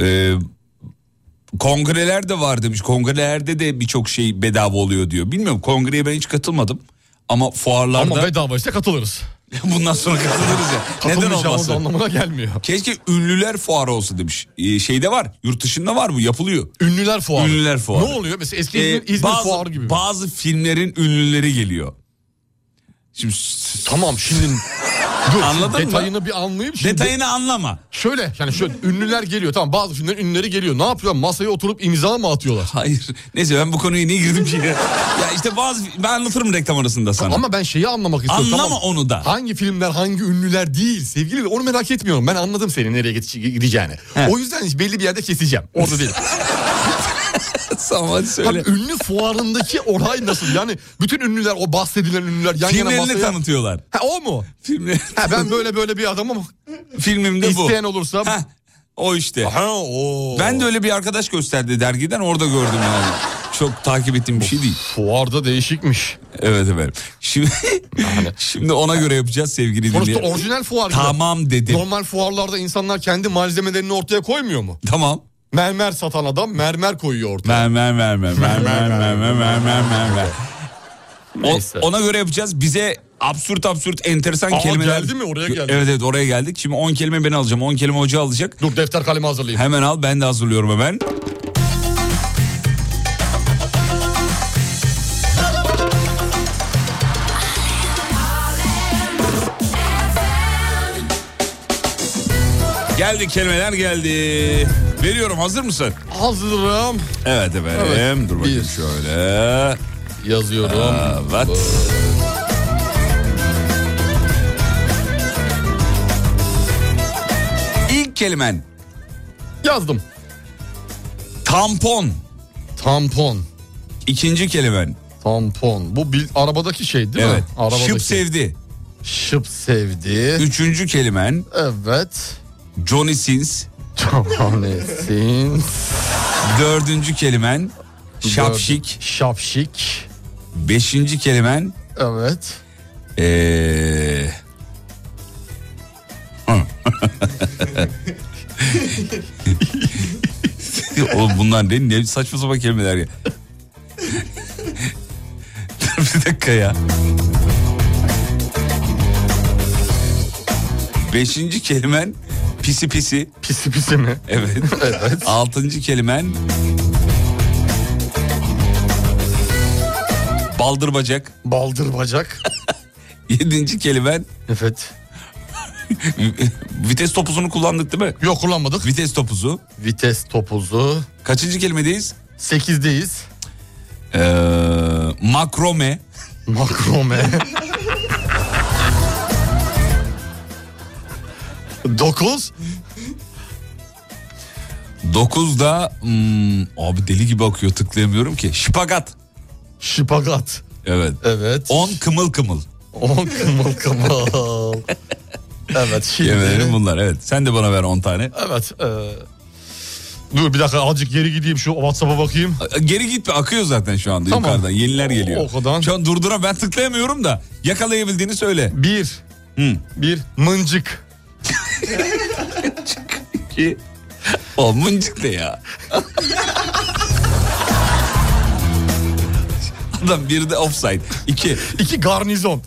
Speaker 3: Ee, kongreler de var demiş. Kongrelerde de birçok şey bedava oluyor diyor. Bilmiyorum kongreye ben hiç katılmadım. Ama fuarlarda
Speaker 4: Ama bedava işte katılırız.
Speaker 3: bundan sonra katılırız ya. Neden
Speaker 4: Katılmayacağımız
Speaker 3: olmasın?
Speaker 4: anlamına gelmiyor.
Speaker 3: Keşke ünlüler fuarı olsa demiş. Ee, şeyde var. Yurt dışında var bu yapılıyor.
Speaker 4: Ünlüler fuarı.
Speaker 3: Ünlüler fuarı.
Speaker 4: Ne oluyor? Mesela eski
Speaker 3: Ee,
Speaker 4: İzmir, İzmir
Speaker 3: bazı,
Speaker 4: fuarı gibi.
Speaker 3: Bazı filmlerin ünlüleri geliyor. Şimdi s- s-
Speaker 4: tamam şimdi dur,
Speaker 3: Anladın mı?
Speaker 4: detayını bir anlayayım. Şimdi
Speaker 3: detayını anlama.
Speaker 4: Şöyle yani şöyle ünlüler geliyor tamam bazı filmlerin ünlüleri geliyor. Ne yapıyorlar? Masaya oturup imza mı atıyorlar?
Speaker 3: Hayır. Neyse ben bu konuya niye girdim ki? ya işte bazı ben anlatırım reklam arasında sana.
Speaker 4: Ama ben şeyi anlamak istiyorum.
Speaker 3: Anlama
Speaker 4: tamam.
Speaker 3: onu da.
Speaker 4: Hangi filmler hangi ünlüler değil sevgili onu merak etmiyorum. Ben anladım senin nereye gide- gideceğini.
Speaker 3: He.
Speaker 4: O yüzden hiç belli bir yerde keseceğim. Orada değil.
Speaker 3: Tamam hadi
Speaker 4: Abi,
Speaker 3: söyle.
Speaker 4: ünlü fuarındaki olay nasıl? Yani bütün ünlüler o bahsedilen ünlüler yan yana
Speaker 3: Filmlerini
Speaker 4: masaya...
Speaker 3: tanıtıyorlar.
Speaker 4: Ha, o mu?
Speaker 3: Filmi,
Speaker 4: Ha, ben böyle böyle bir adamım.
Speaker 3: filmimde bu.
Speaker 4: İsteyen olursa...
Speaker 3: Heh, o işte.
Speaker 4: Ha, Ah, o.
Speaker 3: Ben de öyle bir arkadaş gösterdi dergiden orada gördüm yani. çok takip ettiğim bir şey değil.
Speaker 4: Fuarda değişikmiş.
Speaker 3: Evet evet. Şimdi şimdi ona göre yapacağız sevgili
Speaker 4: Sonuçta
Speaker 3: dinleyenler.
Speaker 4: orijinal fuar gibi.
Speaker 3: Tamam dedim.
Speaker 4: Normal fuarlarda insanlar kendi malzemelerini ortaya koymuyor mu?
Speaker 3: Tamam.
Speaker 4: Mermer satan adam mermer koyuyor ortaya.
Speaker 3: Mermer mermer mermer mermer mermer mermer. O-
Speaker 4: Neyse.
Speaker 3: Ona göre yapacağız. Bize absürt absürt enteresan
Speaker 4: Aa,
Speaker 3: kelimeler.
Speaker 4: geldi mi? Oraya geldi.
Speaker 3: Evet evet oraya geldik. Şimdi 10 kelime ben alacağım. 10 kelime hoca alacak.
Speaker 4: Dur defter kalemi hazırlayayım.
Speaker 3: Hemen al ben de hazırlıyorum hemen. Geldi kelimeler geldi. Veriyorum hazır mısın?
Speaker 4: Hazırım.
Speaker 3: Evet efendim.
Speaker 4: Evet.
Speaker 3: Dur bakayım
Speaker 4: Bir.
Speaker 3: şöyle.
Speaker 4: Yazıyorum.
Speaker 3: Evet. İlk kelimen
Speaker 4: Yazdım.
Speaker 3: tampon.
Speaker 4: Tampon.
Speaker 3: İkinci kelimen.
Speaker 4: Tampon. Bu bil- arabadaki şey değil
Speaker 3: evet.
Speaker 4: mi? Arabadaki.
Speaker 3: Şıp sevdi.
Speaker 4: Şıp sevdi.
Speaker 3: Üçüncü kelimen
Speaker 4: Evet.
Speaker 3: Johnny Sins.
Speaker 4: Tampanesin.
Speaker 3: Dördüncü kelimen şapşik.
Speaker 4: Şapşik.
Speaker 3: Beşinci kelimen
Speaker 4: Evet.
Speaker 3: ee... Oğlum bunlar ne, ne saçma sapan kelimeler ya. Dur bir dakika ya. Beşinci kelimen pisi pisi.
Speaker 4: Pisi pisi mi?
Speaker 3: Evet.
Speaker 4: Evet.
Speaker 3: Altıncı kelimen baldır bacak.
Speaker 4: Baldır bacak.
Speaker 3: Yedinci kelimen
Speaker 4: Evet.
Speaker 3: vites topuzunu kullandık değil mi?
Speaker 4: Yok kullanmadık.
Speaker 3: Vites topuzu.
Speaker 4: Vites topuzu.
Speaker 3: Kaçıncı kelimedeyiz?
Speaker 4: 8'deyiz.
Speaker 3: Ee, makrome.
Speaker 4: Makrome. Dokuz.
Speaker 3: Dokuzda hmm, abi deli gibi akıyor tıklayamıyorum ki. Şipagat.
Speaker 4: Şipagat.
Speaker 3: Evet.
Speaker 4: Evet.
Speaker 3: On kımıl kımıl.
Speaker 4: On kımıl kımıl. evet şimdi.
Speaker 3: Kelimelerim bunlar evet. Sen de bana ver 10 tane.
Speaker 4: Evet. e, Dur bir dakika azıcık geri gideyim şu Whatsapp'a bakayım.
Speaker 3: Geri gitme akıyor zaten şu anda
Speaker 4: Tamam.
Speaker 3: yukarıdan. Yeniler geliyor.
Speaker 4: O- o kadar.
Speaker 3: Şu an durdura ben tıklayamıyorum da yakalayabildiğini söyle.
Speaker 4: Bir.
Speaker 3: Hı.
Speaker 4: Bir. Mıncık.
Speaker 3: İki. O mıncık ne ya? Adam bir de offside. İki.
Speaker 4: İki garnizon.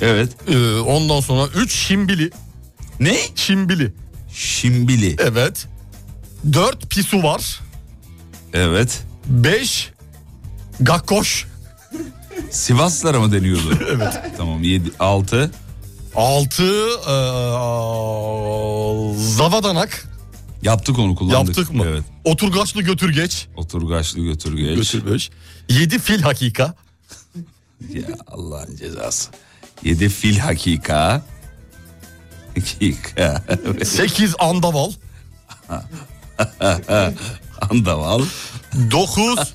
Speaker 3: Evet.
Speaker 4: E, ondan sonra üç şimbili.
Speaker 3: Ne?
Speaker 4: Şimbili.
Speaker 3: Şimbili.
Speaker 4: Evet. Dört pisu var.
Speaker 3: Evet.
Speaker 4: Beş. Gakkoş.
Speaker 3: Sivaslara mı deniyordu? evet. Tamam 7 6
Speaker 4: Altı. e, zavadanak.
Speaker 3: yaptık onu kullandık.
Speaker 4: Yaptık mı?
Speaker 3: Evet.
Speaker 4: Oturgaçlı götürgeç.
Speaker 3: Oturgaçlı götürgeç.
Speaker 4: Götürgeç. Yedi fil hakika.
Speaker 3: Ya Allah'ın cezası. 7 fil hakika. Hakika. Evet.
Speaker 4: Sekiz andaval.
Speaker 3: Andaval.
Speaker 4: Dokuz.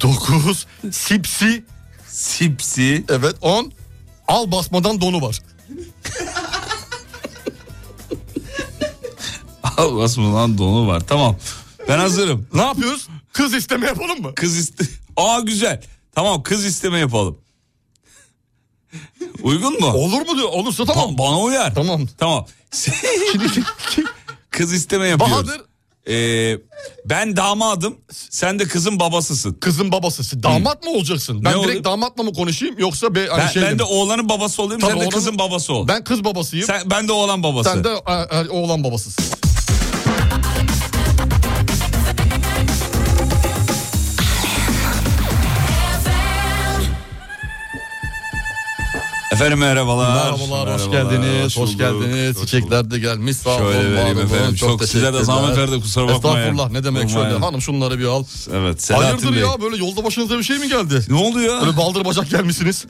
Speaker 4: Dokuz. Sipsi.
Speaker 3: Sipsi.
Speaker 4: Evet on. Al basmadan donu var.
Speaker 3: Al basmadan donu var. Tamam. Ben hazırım.
Speaker 4: Ne yapıyoruz? Kız isteme yapalım mı?
Speaker 3: Kız iste... Aa güzel. Tamam kız isteme yapalım. Uygun mu?
Speaker 4: Olur mu diyor. Olursa tamam.
Speaker 3: Tamam bana uyar.
Speaker 4: Tamam.
Speaker 3: Tamam. kız isteme yapıyoruz.
Speaker 4: Bahadır
Speaker 3: Ee, ben damadım. Sen de kızın babasısın.
Speaker 4: kızın babası. Damat mı olacaksın? Ben
Speaker 3: Ne
Speaker 4: direkt
Speaker 3: olayım?
Speaker 4: damatla mı konuşayım yoksa be, hani
Speaker 3: Ben,
Speaker 4: şey
Speaker 3: ben de
Speaker 4: dedim.
Speaker 3: oğlanın babası olayım.
Speaker 4: Tamam,
Speaker 3: sen de
Speaker 4: oğlanın-
Speaker 3: kızın babası ol.
Speaker 4: ben kız babasıyım. Sen,
Speaker 3: Sen, ben de oğlan babası.
Speaker 4: de e, e, oğlan babasısın.
Speaker 3: Efendim merhabalar.
Speaker 4: Merhabalar, hoş
Speaker 3: Merhabalar,
Speaker 4: geldiniz. Hoş
Speaker 3: bulduk.
Speaker 4: geldiniz.
Speaker 3: Hoş
Speaker 4: Çiçekler de gelmiş. Sağ
Speaker 3: Şöyle
Speaker 4: olun, var
Speaker 3: vereyim
Speaker 4: olun.
Speaker 3: efendim. Çok
Speaker 4: teşekkürler.
Speaker 3: size de zahmet verdik, kusura bakmayın.
Speaker 4: Estağfurullah ne demek
Speaker 3: Bakmayın.
Speaker 4: şöyle. Hanım şunları bir al.
Speaker 3: bulduk. Evet Selahattin
Speaker 4: Hayırdır
Speaker 3: Bey.
Speaker 4: ya böyle yolda başınıza bir şey mi geldi?
Speaker 3: Ne oldu ya?
Speaker 4: Böyle baldır bacak gelmişsiniz.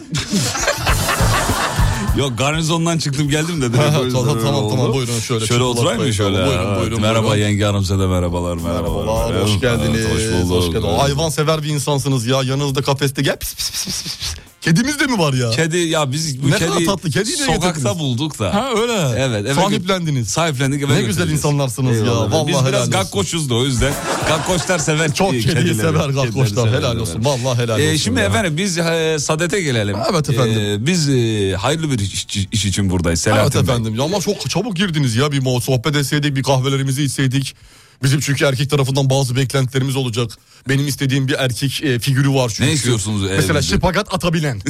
Speaker 3: Yok garnizondan çıktım geldim de. direkt
Speaker 4: Ha,
Speaker 3: o yüzden
Speaker 4: tamam,
Speaker 3: öyle
Speaker 4: tamam,
Speaker 3: oldu.
Speaker 4: tamam, buyurun
Speaker 3: Şöyle
Speaker 4: şöyle, çikolata
Speaker 3: oturayım mı
Speaker 4: buyurun,
Speaker 3: şöyle?
Speaker 4: buyurun,
Speaker 3: Evet,
Speaker 4: buyurun,
Speaker 3: merhaba
Speaker 4: buyurun.
Speaker 3: yenge hanım size de merhabalar. Merhabalar.
Speaker 4: Merhabalar, hoş
Speaker 3: Evet,
Speaker 4: geldiniz.
Speaker 3: hoş bulduk.
Speaker 4: Hoş geldiniz. Hayvan sever bir insansınız ya. Yanınızda kafeste gel pis pis pis pis pis. Kedimiz de mi var ya?
Speaker 3: Kedi ya biz bu
Speaker 4: Ne kadar
Speaker 3: kediyi
Speaker 4: tatlı, kediyi de
Speaker 3: sokakta
Speaker 4: getirdiniz.
Speaker 3: bulduk da.
Speaker 4: Ha, öyle.
Speaker 3: Evet. eve
Speaker 4: Sahiplendiniz.
Speaker 3: gö- Sahiplendik. eve
Speaker 4: Ne güzel
Speaker 3: götüreceğiz.
Speaker 4: insanlarsınız ya,
Speaker 3: Eyvallah.
Speaker 4: vallahi
Speaker 3: Biz
Speaker 4: helal
Speaker 3: biraz
Speaker 4: olsun.
Speaker 3: gakkoçuz da o yüzden. Gakkoçlar sever
Speaker 4: Çok
Speaker 3: kedi-
Speaker 4: kediyi sever gakkoçlar,
Speaker 3: Kedileri sever,
Speaker 4: helal
Speaker 3: evet. Ee,
Speaker 4: olsun, vallahi helal olsun
Speaker 3: Şimdi
Speaker 4: ya.
Speaker 3: efendim biz e, sadete gelelim.
Speaker 4: Evet efendim.
Speaker 3: E, biz e, hayırlı bir iş, iş için buradayız.
Speaker 4: Evet
Speaker 3: Selahattin Bey.
Speaker 4: efendim ama çok çabuk girdiniz ya bir mo- sohbet etseydik bir kahvelerimizi içseydik. Bizim çünkü erkek tarafından bazı beklentilerimiz olacak. Benim istediğim bir erkek e, figürü var çünkü.
Speaker 3: Ne istiyorsunuz, e,
Speaker 4: Mesela
Speaker 3: bizi?
Speaker 4: şipagat atabilen.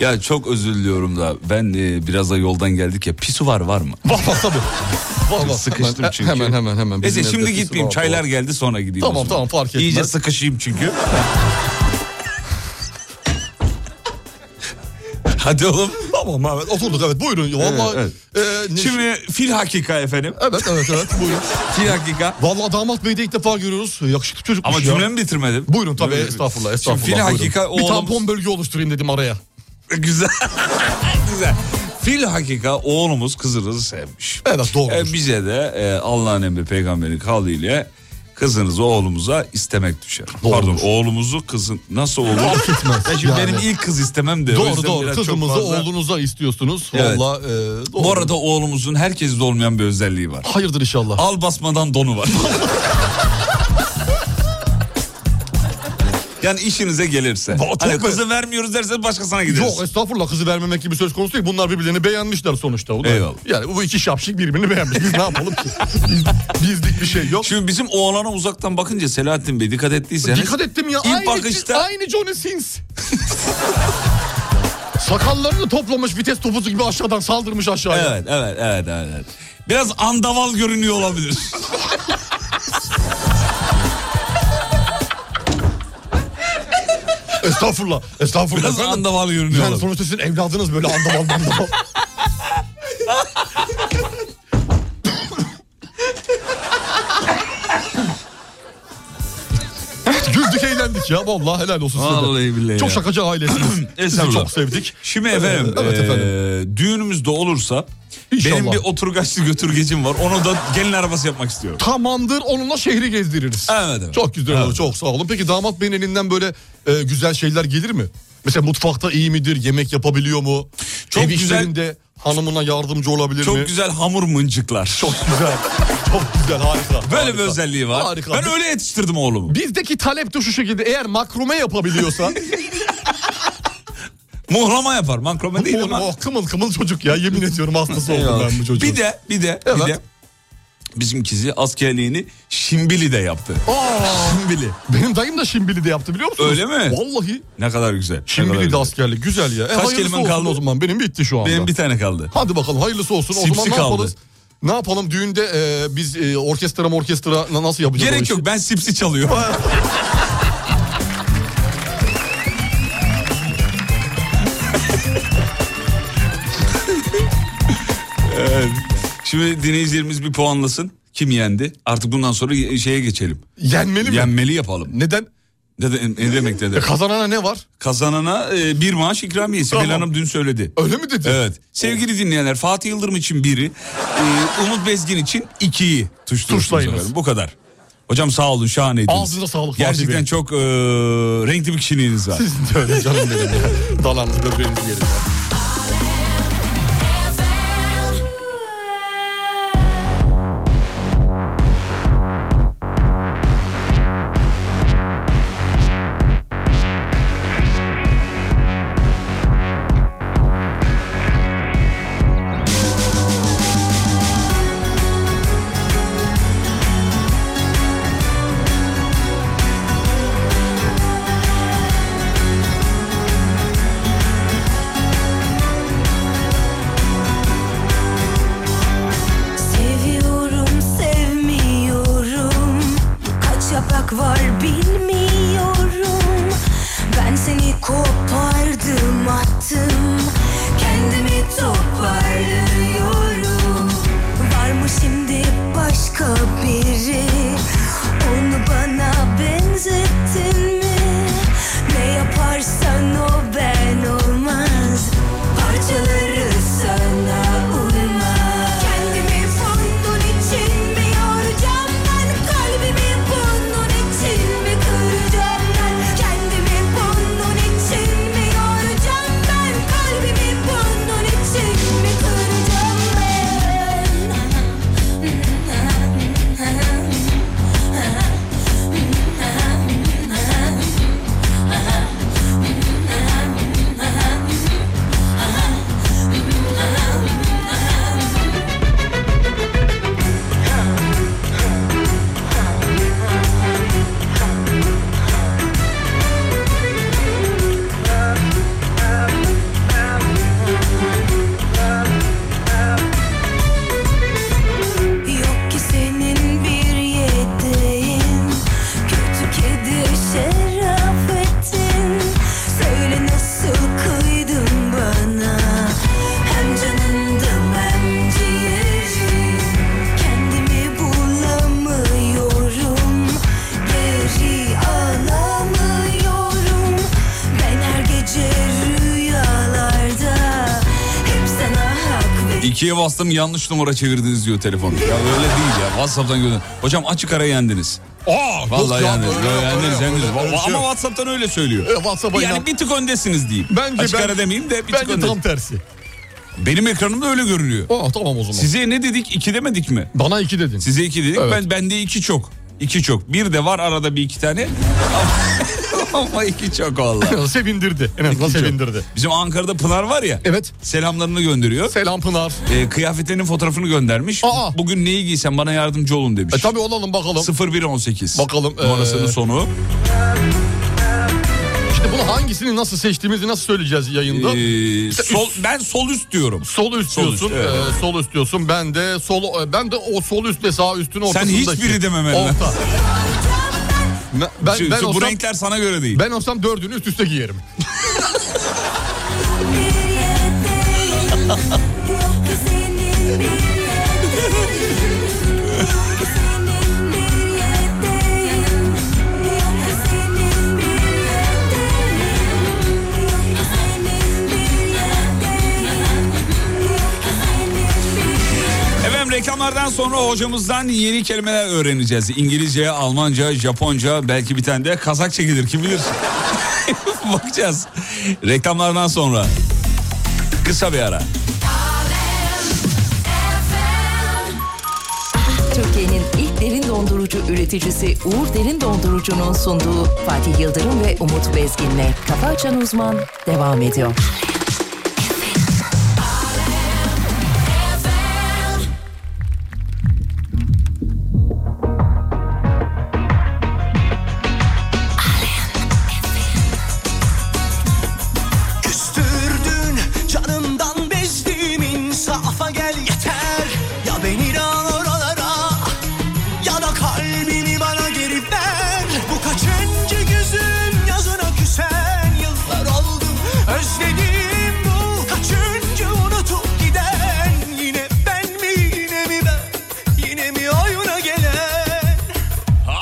Speaker 3: Ya çok özür diliyorum da ben e, biraz da yoldan geldik ya. Pisuvar var mı?
Speaker 4: Valla tabii. Valla
Speaker 3: Sıkıştım
Speaker 4: hemen,
Speaker 3: çünkü.
Speaker 4: Hemen hemen hemen.
Speaker 3: Neyse
Speaker 4: Bizim
Speaker 3: şimdi
Speaker 4: evde
Speaker 3: gitmeyeyim.
Speaker 4: pisuvar var.
Speaker 3: Çaylar geldi sonra gideyim.
Speaker 4: Tamam,
Speaker 3: o zaman.
Speaker 4: tamam, fark etmez.
Speaker 3: İyice sıkışayım çünkü. Hadi oğlum.
Speaker 4: Tamam evet oturduk evet buyurun. Valla.
Speaker 3: Evet,
Speaker 4: e, ne-
Speaker 3: Şimdi fil hakika efendim.
Speaker 4: Evet evet evet buyurun.
Speaker 3: Fil hakika.
Speaker 4: Valla damat beyi de ilk defa görüyoruz. Yakışıklı çocukmuş
Speaker 3: Ama
Speaker 4: ya.
Speaker 3: cümlemi bitirmedim.
Speaker 4: Buyurun tabii
Speaker 3: Cümlemi-
Speaker 4: estağfurullah
Speaker 3: Şimdi
Speaker 4: estağfurullah.
Speaker 3: fil
Speaker 4: buyurun.
Speaker 3: hakika
Speaker 4: Bir
Speaker 3: oğlumuz-
Speaker 4: tampon bölge oluşturayım dedim araya.
Speaker 3: Güzel. Güzel. Fil hakika oğlumuz kızınızı sevmiş.
Speaker 4: Evet doğru.
Speaker 3: E, bize de e, Allah'ın emri peygamberin kavliyle kızınızı oğlumuza istemek düşer. Pardon oğlumuzu kızın nasıl olur? Ya şimdi
Speaker 4: yani.
Speaker 3: benim ilk kız istemem de. o
Speaker 4: Doğru
Speaker 3: yüzden
Speaker 4: doğru
Speaker 3: biraz çok
Speaker 4: kızımızı
Speaker 3: fazla-
Speaker 4: oğlunuza istiyorsunuz.
Speaker 3: Evet.
Speaker 4: Valla e, doğru.
Speaker 3: Bu arada oğlumuzun herkeste olmayan bir özelliği var.
Speaker 4: Hayırdır inşallah.
Speaker 3: Al basmadan donu var. yani işinize gelirse.
Speaker 4: Va- çok
Speaker 3: Hani
Speaker 4: be-
Speaker 3: kızı vermiyoruz derse başkasına gideriz.
Speaker 4: Yok estağfurullah kızı vermemek gibi söz konusu değil. Bunlar birbirlerini beğenmişler sonuçta. O da-
Speaker 3: Eyvallah.
Speaker 4: Yani bu iki şapşik birbirini beğenmiş. Biz ne yapalım ki? Biz, bizlik bir şey yok.
Speaker 3: Şimdi bizim oğlana uzaktan bakınca Selahattin Bey dikkat ettiyseniz.
Speaker 4: Dikkat ettim ya.
Speaker 3: İlk
Speaker 4: aynı,
Speaker 3: bakışta-
Speaker 4: Aynı Johnny Sins. Sakallarını toplamış vites topuzu gibi aşağıdan saldırmış aşağıya.
Speaker 3: Evet, evet, evet, evet. evet. Biraz andaval görünüyor olabilir.
Speaker 4: Estağfurullah. Estağfurullah.
Speaker 3: Biraz
Speaker 4: efendim.
Speaker 3: andaval görünüyor
Speaker 4: Yani
Speaker 3: olabilir.
Speaker 4: sonuçta sizin evladınız böyle andaval andaval. Güldük eğlendik ya vallahi helal olsun size. de.
Speaker 3: Vallahi billahi
Speaker 4: Çok
Speaker 3: ya.
Speaker 4: şakacı ailesiniz. Sizi
Speaker 3: Estağfurullah.
Speaker 4: çok sevdik.
Speaker 3: Şimdi efendim, e,
Speaker 4: Evet, efendim.
Speaker 3: eee, düğünümüz de olursa
Speaker 4: İnşallah.
Speaker 3: benim bir oturgaçlı götürgecim var. Onu da gelin arabası yapmak istiyorum.
Speaker 4: Tamamdır onunla şehri gezdiririz.
Speaker 3: Evet, evet.
Speaker 4: Çok güzel olur
Speaker 3: Evet.
Speaker 4: çok sağ olun. Peki damat beyin elinden böyle e, güzel şeyler gelir mi? Mesela mutfakta iyi midir? Yemek yapabiliyor mu?
Speaker 3: Çok
Speaker 4: Ev
Speaker 3: güzel-
Speaker 4: işlerinde hanımına yardımcı olabilir mi?
Speaker 3: Çok güzel hamur mıncıklar.
Speaker 4: Çok güzel. Çok güzel harika.
Speaker 3: Böyle
Speaker 4: harika.
Speaker 3: bir özelliği var.
Speaker 4: Harika.
Speaker 3: Ben öyle yetiştirdim oğlumu.
Speaker 4: Bizdeki talep de şu şekilde eğer makrume yapabiliyorsa
Speaker 3: Muhlama yapar. Makrome değil
Speaker 4: oğlum
Speaker 3: ama.
Speaker 4: o oh, kımıl kımıl çocuk ya yemin ediyorum hastası oldum oh, ben bu çocuğun.
Speaker 3: Bir de bir de
Speaker 4: Evet.
Speaker 3: bir de bizimkisi askerliğini Şimbili'de yaptı.
Speaker 4: Oh. Aa,
Speaker 3: Şimbili.
Speaker 4: benim dayım da Şimbili'de yaptı biliyor musunuz?
Speaker 3: Öyle mi?
Speaker 4: Vallahi
Speaker 3: Ne kadar güzel. ne kadar
Speaker 4: Şimbili'de
Speaker 3: güzel.
Speaker 4: askerlik güzel ya. E,
Speaker 3: Kaç
Speaker 4: hayırlısı
Speaker 3: kelimen
Speaker 4: olsun
Speaker 3: kaldı?
Speaker 4: o zaman benim bitti şu anda.
Speaker 3: Benim bir tane kaldı.
Speaker 4: Hadi bakalım hayırlısı olsun. o
Speaker 3: Sipsi
Speaker 4: zaman ne
Speaker 3: kaldı.
Speaker 4: yaparız? Ne yapalım düğünde e, biz e, orkestra mı orkestra na- nasıl yapacağız? o
Speaker 3: Gerek
Speaker 4: işi?
Speaker 3: yok ben sipsi çalıyorum. Evet. Şimdi dinleyicilerimiz bir puanlasın. Kim yendi? Artık bundan sonra ye- şeye geçelim.
Speaker 4: Yenmeli mi?
Speaker 3: Yenmeli yapalım.
Speaker 4: Neden?
Speaker 3: Ne, de, ne demek
Speaker 4: E,
Speaker 3: dede?
Speaker 4: kazanana ne var?
Speaker 3: Kazanana e, bir maaş ikramiyesi. Tamam.
Speaker 4: Tamam.
Speaker 3: Hanım dün söyledi.
Speaker 4: Öyle mi dedi?
Speaker 3: Evet. Sevgili dinleyenler Fatih Yıldırım için biri, e, Umut Bezgin için ikiyi tuşluyorsunuz
Speaker 4: Tuşlayınız.
Speaker 3: efendim. Bu kadar. Hocam sağ olun şahaneydiniz.
Speaker 4: Ağzınıza sağlık Fatih
Speaker 3: Gerçekten
Speaker 4: Bey.
Speaker 3: çok e, renkli bir kişiliğiniz var.
Speaker 4: Sizin de öyle canım benim ya. Dalanız böbreğiniz yerinde.
Speaker 9: Altyazı
Speaker 3: İkiye bastım yanlış numara çevirdiniz diyor telefon. Ya öyle değil ya. Whatsapp'tan gönder. Hocam açık ara yendiniz.
Speaker 4: Aa,
Speaker 3: Vallahi
Speaker 4: yok ya,
Speaker 3: yendiniz.
Speaker 4: öyle
Speaker 3: Yo,
Speaker 4: yok, öyle
Speaker 3: yendiniz,
Speaker 4: yok,
Speaker 3: yendiniz.
Speaker 4: öyle
Speaker 3: Ama
Speaker 4: bir şey yok.
Speaker 3: Whatsapp'tan öyle söylüyor.
Speaker 4: E, WhatsApp'a
Speaker 3: yani
Speaker 4: inan-
Speaker 3: bir tık öndesiniz diyeyim.
Speaker 4: Bence
Speaker 3: açık
Speaker 4: ben-
Speaker 3: ara demeyeyim de bir tık
Speaker 4: Bence tam
Speaker 3: öndesiniz.
Speaker 4: tersi.
Speaker 3: Benim ekranımda öyle görünüyor.
Speaker 4: Aa, tamam o zaman.
Speaker 3: Size ne dedik? İki demedik mi?
Speaker 4: Bana iki dedin.
Speaker 3: Size iki dedik.
Speaker 4: Evet.
Speaker 3: Ben bende iki çok. İki çok. Bir de var arada bir iki tane. Ama iki çok valla.
Speaker 4: sevindirdi. En azından sevindirdi.
Speaker 3: Bizim Ankara'da Pınar var ya.
Speaker 4: Evet.
Speaker 3: Selamlarını gönderiyor.
Speaker 4: Selam Pınar.
Speaker 3: E, kıyafetlerinin fotoğrafını göndermiş.
Speaker 4: Aa.
Speaker 3: Bugün neyi giysem bana yardımcı olun demiş.
Speaker 4: E tabii olalım bakalım.
Speaker 3: 0118.
Speaker 4: Bakalım,
Speaker 3: Numarasının
Speaker 4: ee,
Speaker 3: sonu.
Speaker 4: İşte bunu hangisini nasıl seçtiğimizi nasıl söyleyeceğiz yayında?
Speaker 3: Ee,
Speaker 4: İşte
Speaker 3: sol,
Speaker 4: üst-
Speaker 3: ben sol üst diyorum.
Speaker 4: Sol üst
Speaker 3: Sol üst,
Speaker 4: diyorsun.
Speaker 3: evet.
Speaker 4: e, sol üst diyorsun. Ben de sol e, ben de o sol üstle sağ üstün ortasındaki.
Speaker 3: hiçbiri dememen lazım.
Speaker 4: Orta. ben ben,
Speaker 3: Şu-
Speaker 4: ben
Speaker 3: şu bu
Speaker 4: olsam,
Speaker 3: renkler sana göre değil.
Speaker 4: ben olsam dördünü üst üste giyerim.
Speaker 3: Efendim reklamlardan sonra hocamızdan yeni kelimeler öğreneceğiz. İngilizce, Almanca, Japonca belki bir tane de Kazakça gelir kim bilir. Bakacağız. Reklamlardan sonra. Kısa bir ara.
Speaker 1: Türkiye'nin ilk derin dondurucu üreticisi Uğur Derin Dondurucu'nun sunduğu Fatih Yıldırım ve Umut Bezgin'le Kafa Açan Uzman devam ediyor.
Speaker 5: Küstürdün canımdan bezdim insafa gel yeter Ya beni al oralara ya da kalbini bana geri ver Bu kaçıncı gözüm yazına küsen yıllar oldu Özledim bu kaçıncı unutup giden Yine ben mi yine mi ben yine mi oyuna gelen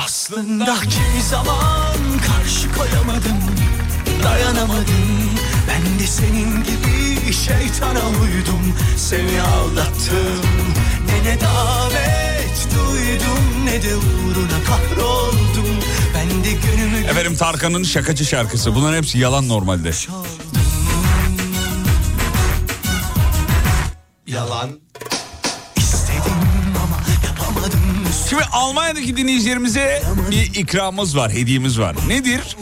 Speaker 5: Aslında kimi zaman karşı koyamadım dayanamadım Ben de senin gibi şeytana uydum Seni aldattım Ne ne davet duydum Ne de uğruna kahroldum Ben de günümü
Speaker 3: Efendim Tarkan'ın şakacı şarkısı. Bunların hepsi yalan normalde.
Speaker 5: Yalan İstedim ama yapamadım
Speaker 3: Şimdi Almanya'daki dinleyicilerimize bir ikramımız var, hediyemiz var. Nedir?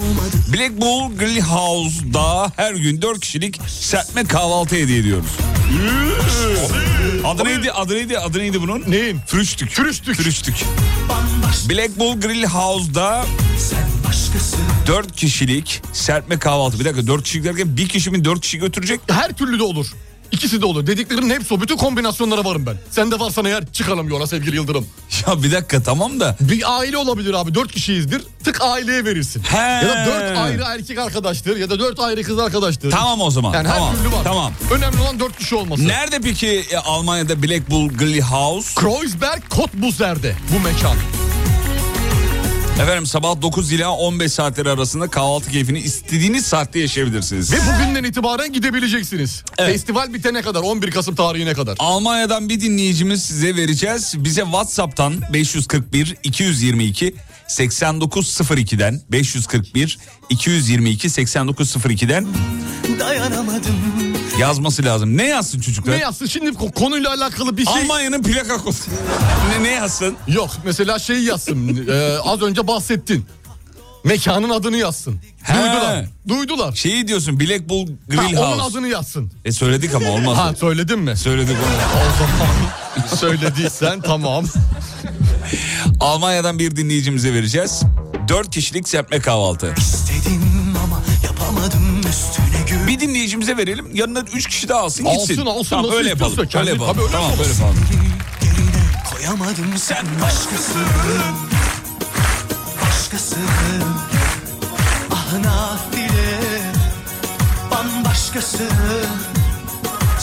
Speaker 3: Black Bull Grillhouse'da her gün 4 kişilik serpme kahvaltı hediye ediyoruz. Adı neydi? Adı neydi? Adı neydi bunun?
Speaker 4: Neyin?
Speaker 3: Früştük. Früştük.
Speaker 5: Bambaşka
Speaker 3: Black Bull Grillhouse'da
Speaker 5: sen başkası
Speaker 3: 4 kişilik serpme kahvaltı. Bir dakika 4 kişilik derken bir kişi mi 4 kişi götürecek?
Speaker 4: Her türlü de olur. İkisi de olur. Dediklerinin hepsi o. Bütün kombinasyonlara varım ben. Sen de varsan eğer çıkalım yola sevgili Yıldırım.
Speaker 3: Ya bir dakika tamam da.
Speaker 4: Bir aile olabilir abi. Dört kişiyizdir. Tık aileye verirsin.
Speaker 3: He.
Speaker 4: Ya da dört ayrı erkek arkadaştır. Ya da dört ayrı kız arkadaştır.
Speaker 3: Tamam o zaman.
Speaker 4: Yani
Speaker 3: tamam.
Speaker 4: her türlü var.
Speaker 3: Tamam.
Speaker 4: Önemli olan dört kişi olması.
Speaker 3: Nerede peki e, Almanya'da Black Bull Grillhouse?
Speaker 4: Kreuzberg Kottbusser'de bu mekan.
Speaker 3: Efendim sabah 9 ila 15 saatleri arasında kahvaltı keyfini istediğiniz saatte yaşayabilirsiniz.
Speaker 4: Ve bugünden itibaren gidebileceksiniz.
Speaker 3: Evet.
Speaker 4: Festival bitene kadar 11 Kasım tarihine kadar.
Speaker 3: Almanya'dan bir dinleyicimiz size vereceğiz. Bize WhatsApp'tan 541 222 8902'den 541 222 8902'den
Speaker 5: dayanamadım
Speaker 3: yazması lazım. Ne yazsın çocuklar?
Speaker 4: Ne yazsın şimdi ko- konuyla alakalı bir şey
Speaker 3: Almanya'nın plaka kodu. ne, ne yazsın?
Speaker 4: yok. Mesela şeyi yazsın. Ee, az önce bahsettin. Mekanın adını yazsın.
Speaker 3: He.
Speaker 4: Duydular. Duydular.
Speaker 3: Şeyi diyorsun Black Bull
Speaker 4: Ha,
Speaker 3: Grill
Speaker 4: onun
Speaker 3: House.
Speaker 4: adını yazsın.
Speaker 3: E söyledik ama olmaz.
Speaker 4: Ha söyledin mi?
Speaker 3: Söyledik onu.
Speaker 4: O zaman söylediysen tamam.
Speaker 3: Almanya'dan bir dinleyicimize vereceğiz. 4 kişilik serpme kahvaltı.
Speaker 5: İstedim ama yapamadım üstüne gül
Speaker 3: Bir dinleyicimize verelim. Yanına 3 kişi daha alsın gitsin.
Speaker 4: Alsın, alsın,
Speaker 3: Tamam
Speaker 4: nasıl
Speaker 3: öyle
Speaker 4: istiyorsa
Speaker 3: yapalım.
Speaker 4: kendi-
Speaker 3: Öyle yapalım.
Speaker 4: Tabii öyle
Speaker 3: tamam
Speaker 4: yapalım.
Speaker 3: öyle yapalım.
Speaker 5: Gerine koyamadım sen başkası Başkası Ah nafile Bambaşkası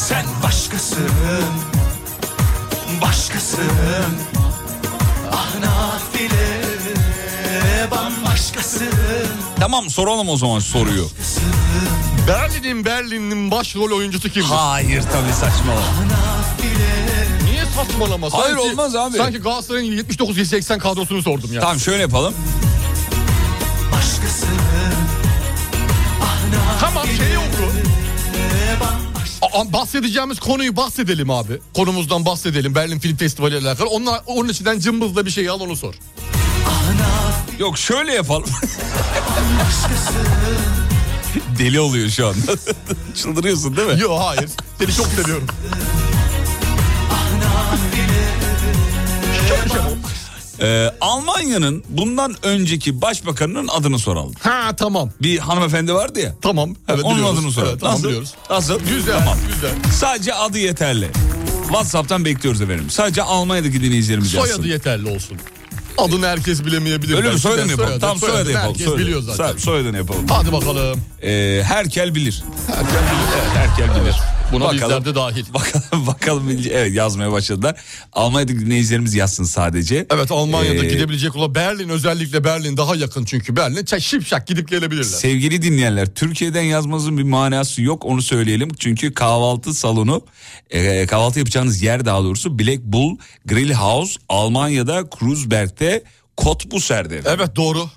Speaker 5: Sen başkasın Başkasın Ah nafile Bambaşkasın
Speaker 3: Tamam soralım o zaman soruyu.
Speaker 4: Berlin'in Berlin'in başrol oyuncusu kimdir?
Speaker 3: Hayır tabii saçmalama.
Speaker 4: Niye saçmalama?
Speaker 3: Hayır, olmaz abi.
Speaker 4: Sanki Galatasaray'ın 79-80 kadrosunu sordum ya.
Speaker 3: Tamam şöyle yapalım.
Speaker 4: Tamam şey oldu. Aa, bahsedeceğimiz konuyu bahsedelim abi. Konumuzdan bahsedelim Berlin Film Festivali ile alakalı. Onlar, onun içinden cımbızla bir şey al onu sor.
Speaker 3: Yok şöyle yapalım. Deli oluyor şu anda. Çıldırıyorsun değil mi?
Speaker 4: Yok hayır. Seni çok seviyorum.
Speaker 3: Ee, Almanya'nın bundan önceki başbakanının adını soralım.
Speaker 4: Ha tamam.
Speaker 3: Bir hanımefendi vardı ya.
Speaker 4: Tamam. Evet,
Speaker 3: onun
Speaker 4: biliyoruz.
Speaker 3: adını soralım.
Speaker 4: Evet, tamam,
Speaker 3: Nasıl?
Speaker 4: biliyoruz.
Speaker 3: Nasıl?
Speaker 4: Güzel.
Speaker 3: Tamam.
Speaker 4: Güzel.
Speaker 3: Sadece adı yeterli. WhatsApp'tan bekliyoruz efendim. Sadece Almanya'daki dinleyicilerimiz yazsın.
Speaker 4: Soyadı yeterli olsun. Adını herkes bilemeyebilir.
Speaker 3: Öyle mi?
Speaker 4: belki de.
Speaker 3: Soyadını yapalım. Tam soyadı
Speaker 4: soyadını
Speaker 3: yapalım.
Speaker 4: Herkes
Speaker 3: soyadı.
Speaker 4: biliyor zaten.
Speaker 3: Sa- Soyadını yapalım.
Speaker 4: Hadi bakalım.
Speaker 3: Ee, herkel bilir. Herkel bilir. Evet, herkel bilir.
Speaker 4: Buna bizler de dahil.
Speaker 3: Bakalım, bakalım bilince- evet yazmaya başladılar. Almanya'daki dinleyicilerimiz yazsın sadece.
Speaker 4: Evet Almanya'da
Speaker 3: Ee,
Speaker 4: gidebilecek olan Berlin özellikle Berlin daha yakın çünkü Berlin çe- şipşak gidip gelebilirler.
Speaker 3: Sevgili dinleyenler Türkiye'den yazmanızın bir manası yok onu söyleyelim. Çünkü kahvaltı salonu e, kahvaltı yapacağınız yer daha doğrusu Black Bull Grill House Almanya'da Kruzberg'de Kotbuser'de.
Speaker 4: Evet doğru.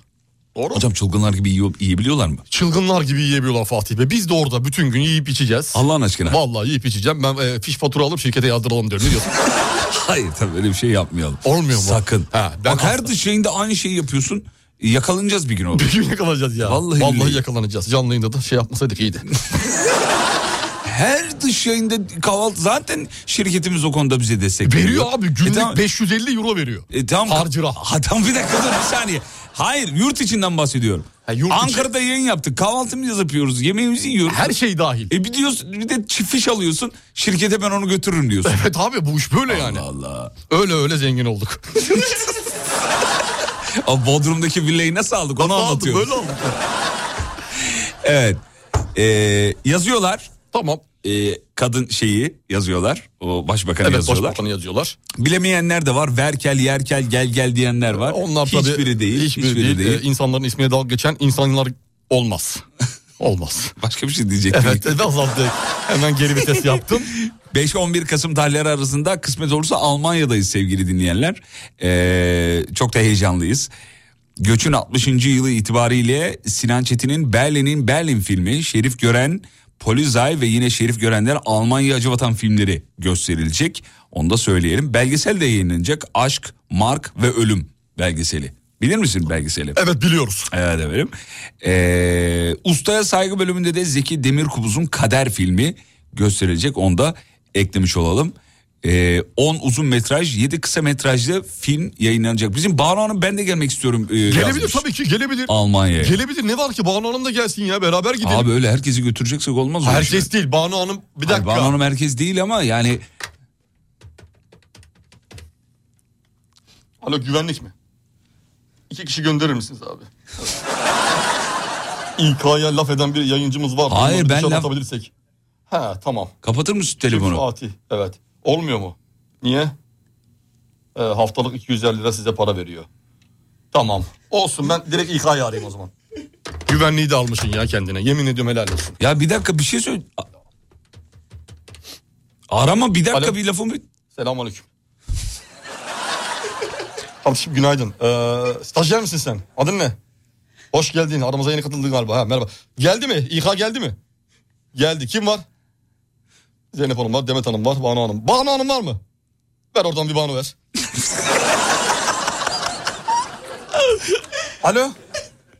Speaker 4: Doğru.
Speaker 3: Hocam çılgınlar gibi yiyor, yiyebiliyorlar mı?
Speaker 4: Çılgınlar gibi yiyebiliyorlar Fatih Bey. Biz de orada bütün gün yiyip içeceğiz.
Speaker 3: Allah'ın aşkına.
Speaker 4: Vallahi yiyip içeceğim. Ben e, fiş fatura alıp şirkete yazdıralım diyorum. Ne diyorsun?
Speaker 3: Hayır tabii öyle bir şey yapmayalım.
Speaker 4: Olmuyor mu?
Speaker 3: Sakın.
Speaker 4: Ha, ben
Speaker 3: Bak her
Speaker 4: asla-
Speaker 3: dış yayında aynı şeyi yapıyorsun. Yakalanacağız bir gün orada.
Speaker 4: Bir gün yakalanacağız ya.
Speaker 3: Vallahi billahi.
Speaker 4: yakalanacağız. Canlı yayında da şey yapmasaydık iyiydi.
Speaker 3: Her dış yayında kahvaltı zaten şirketimiz o konuda bize destek
Speaker 4: veriyor abi. Günlük
Speaker 3: E tamam,
Speaker 4: 550 euro veriyor.
Speaker 3: e tamam.
Speaker 4: Harcırah.
Speaker 3: Ha, tamam bir dakika dur bir saniye. Hayır yurt içinden bahsediyorum.
Speaker 4: Ha, yurt içi-
Speaker 3: Ankara'da yayın yaptık. Kahvaltımızı yapıyoruz. Yemeğimizi yiyoruz.
Speaker 4: Her şey dahil.
Speaker 3: E bir, diyorsun, bir de çift fiş alıyorsun. Şirkete ben onu götürürüm diyorsun.
Speaker 4: Evet abi bu iş böyle yani.
Speaker 3: Allah Allah.
Speaker 4: Öyle öyle zengin olduk.
Speaker 3: Abi Bodrum'daki villayı nasıl aldık onu
Speaker 4: Aldık,
Speaker 3: anlatıyorum.
Speaker 4: Böyle olduk.
Speaker 3: Evet. Ee, yazıyorlar.
Speaker 4: Tamam.
Speaker 3: Ee, kadın şeyi yazıyorlar. O başbakanı
Speaker 4: Evet
Speaker 3: yazıyorlar.
Speaker 4: başbakanı yazıyorlar.
Speaker 3: Bilemeyenler de var. Verkel, yerkel, gel gel diyenler var.
Speaker 4: Onlar
Speaker 3: hiçbiri
Speaker 4: tabii,
Speaker 3: değil.
Speaker 4: Hiçbiri, değil. Ee, insanların ismine dalga geçen insanlar olmaz. olmaz.
Speaker 3: Başka bir şey diyecektim.
Speaker 4: Evet evet, azaldı. Hemen geri vites yaptım.
Speaker 3: 5-11 Kasım tarihleri arasında kısmet olursa Almanya'dayız sevgili dinleyenler. Ee, çok da heyecanlıyız. Göç'ün 60. yılı itibariyle Sinan Çetin'in Berlin'in Berlin filmi Şerif Gören, Polizay ve yine Şerif Görenler Almanya Acıvatan filmleri gösterilecek. Onu da söyleyelim. Belgesel de yayınlanacak. Aşk, Mark ve Ölüm belgeseli. Bilir misin belgeseli?
Speaker 4: Evet biliyoruz.
Speaker 3: Evet efendim. Ee, Ustaya Saygı bölümünde de Zeki Demirkubuz'un Kader filmi gösterilecek. Onu da eklemiş olalım. Ee, 10 uzun metraj, 7 kısa metrajlı film yayınlanacak. Bizim Banu Hanım ben de gelmek istiyorum. e,
Speaker 4: Gelebilir
Speaker 3: yazmış.
Speaker 4: tabii ki gelebilir.
Speaker 3: Almanya'ya.
Speaker 4: Gelebilir ne var ki Banu Hanım da gelsin ya beraber gidelim.
Speaker 3: Abi öyle herkesi götüreceksek olmaz. öyle şey.
Speaker 4: Herkes değil Banu Hanım bir
Speaker 3: Hayır,
Speaker 4: dakika.
Speaker 3: Banu Hanım herkes değil ama yani
Speaker 4: Alo güvenlik mi? İki kişi gönderir misiniz abi? İK'ya laf eden bir yayıncımız var.
Speaker 3: Hayır,
Speaker 4: Bunları
Speaker 3: ben
Speaker 4: dışarı
Speaker 3: laf-
Speaker 4: atabilirsek. Ha tamam.
Speaker 3: kapatır mısın
Speaker 4: Çünkü
Speaker 3: telefonu?
Speaker 4: Fatih evet. Olmuyor mu? Niye? Ee, haftalık 250 lira size para veriyor. Tamam. Olsun ben direkt İK'ya arayayım o zaman. Güvenliği de almışsın ya kendine. Yemin ediyorum helal olsun.
Speaker 3: Ya bir dakika bir şey söyle. Arama bir dakika
Speaker 4: Alo.
Speaker 3: bir lafımı.
Speaker 4: Selamünaleyküm. Kardeşim günaydın. Ee, stajyer misin sen? Adın ne? Hoş geldin. Aramıza yeni katıldın galiba. Ha, merhaba. Geldi mi? İK geldi mi? Geldi. Kim var? Zeynep Hanım var, Demet Hanım var, Banu Hanım. Banu Hanım var mı? Ver oradan bir Banu ver. Alo?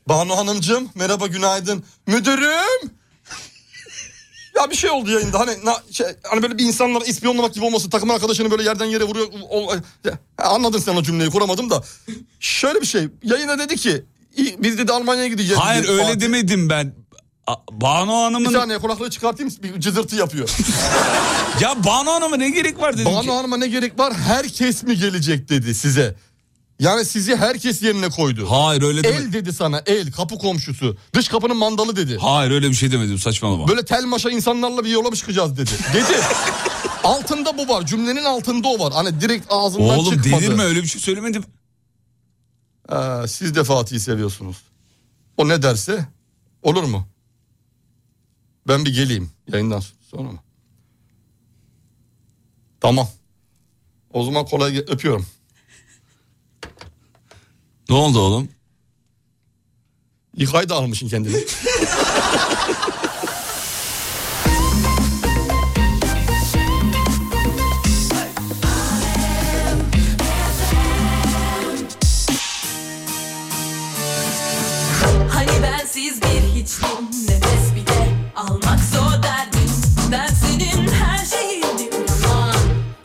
Speaker 4: Banu Hanımcığım, merhaba günaydın. Müdürüm! Ya bir şey oldu yayında hani na- şey, hani böyle bir insanlara ispiyonlamak gibi olması takım arkadaşını böyle yerden yere vuruyor. ol- ya, anladın sen o cümleyi kuramadım da. Şöyle bir şey yayına dedi ki "İyi, biz dedi Almanya'ya gideceğiz.
Speaker 3: Hayır
Speaker 4: dedi.
Speaker 3: öyle
Speaker 4: Fatih.
Speaker 3: demedim ben. A- Banu
Speaker 4: Bir
Speaker 3: Hanım'ın
Speaker 4: saniye kulaklığı çıkartayım bir cızırtı yapıyor.
Speaker 3: Ya Banu Hanım'a ne gerek var dedim ki.
Speaker 4: Banu Hanım'a ne gerek var herkes mi gelecek dedi size. Yani sizi herkes yerine koydu.
Speaker 3: Hayır öyle demedim.
Speaker 4: el dedi sana el kapı komşusu dış kapının mandalı dedi.
Speaker 3: Hayır öyle bir şey demedim saçmalama.
Speaker 4: Böyle tel maşa insanlarla bir yola mı çıkacağız dedi. Dedi. altında bu var cümlenin altında o var. Hani direkt ağzından
Speaker 3: Oğlum
Speaker 4: çıkmadı.
Speaker 3: delirme öyle bir şey söylemedim.
Speaker 4: Ee, siz de Fatih'i seviyorsunuz. O ne derse olur mu? Ben bir geleyim yayından sonra mı? Tamam. O zaman kolay ge- öpüyorum.
Speaker 3: Ne oldu oğlum?
Speaker 4: Yıkay da almışsın kendini.
Speaker 11: Hani bensiz bir hiçtim Nefes bile almak zor derdin Ben senin her şeyindim Yalan,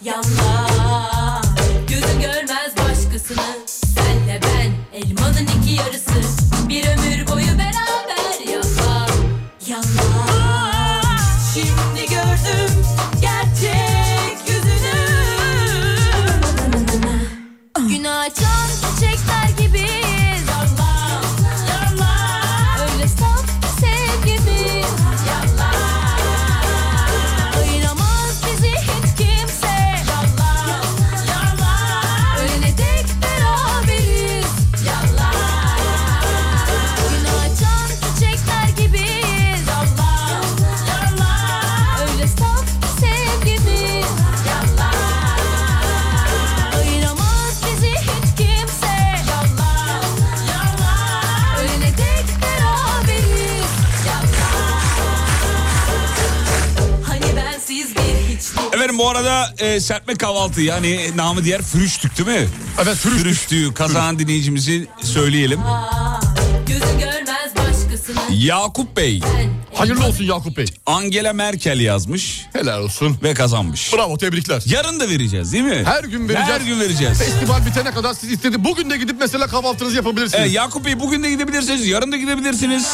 Speaker 11: yalan Gözün görmez başkasını Senle ben elmanın iki yarısı Bir ömür boyu beraber Yalan, yalan Şimdi gördüm gerçek yüzünü
Speaker 2: Gün açan çiçekler gibiyiz Yalan, yalan Öyle saf sevgimiz Yalan Ayıramaz bizi hiç kimse Yalan, yalan Ölene dek beraberiz Yalan Gün açan çiçekler gibiyiz Yalan, yalan Öyle saf sevgimiz Yalan Ayıramaz bizi hiç kimse Yalan, yalan Ölene dek beraberiz
Speaker 11: Hani bensiz bir hiçtim
Speaker 3: Efendim bu arada e, serpme kahvaltı yani namı diğer fürüştük değil mi? Evet fürüştük. Fürüştüğü kazanan dinleyicimizi söyleyelim.
Speaker 11: Gözün görmez başkasını
Speaker 3: Yakup Bey. Hayırlı olsun Yakup Bey. Angela Merkel yazmış. Helal olsun. Ve kazanmış. Bravo tebrikler. Yarın da vereceğiz değil mi?
Speaker 4: Her gün vereceğiz.
Speaker 3: Her gün vereceğiz.
Speaker 4: Festival bitene kadar siz istedi. Bugün de gidip mesela kahvaltınızı yapabilirsiniz.
Speaker 3: Evet, Yakup Bey bugün de gidebilirsiniz, yarın da gidebilirsiniz.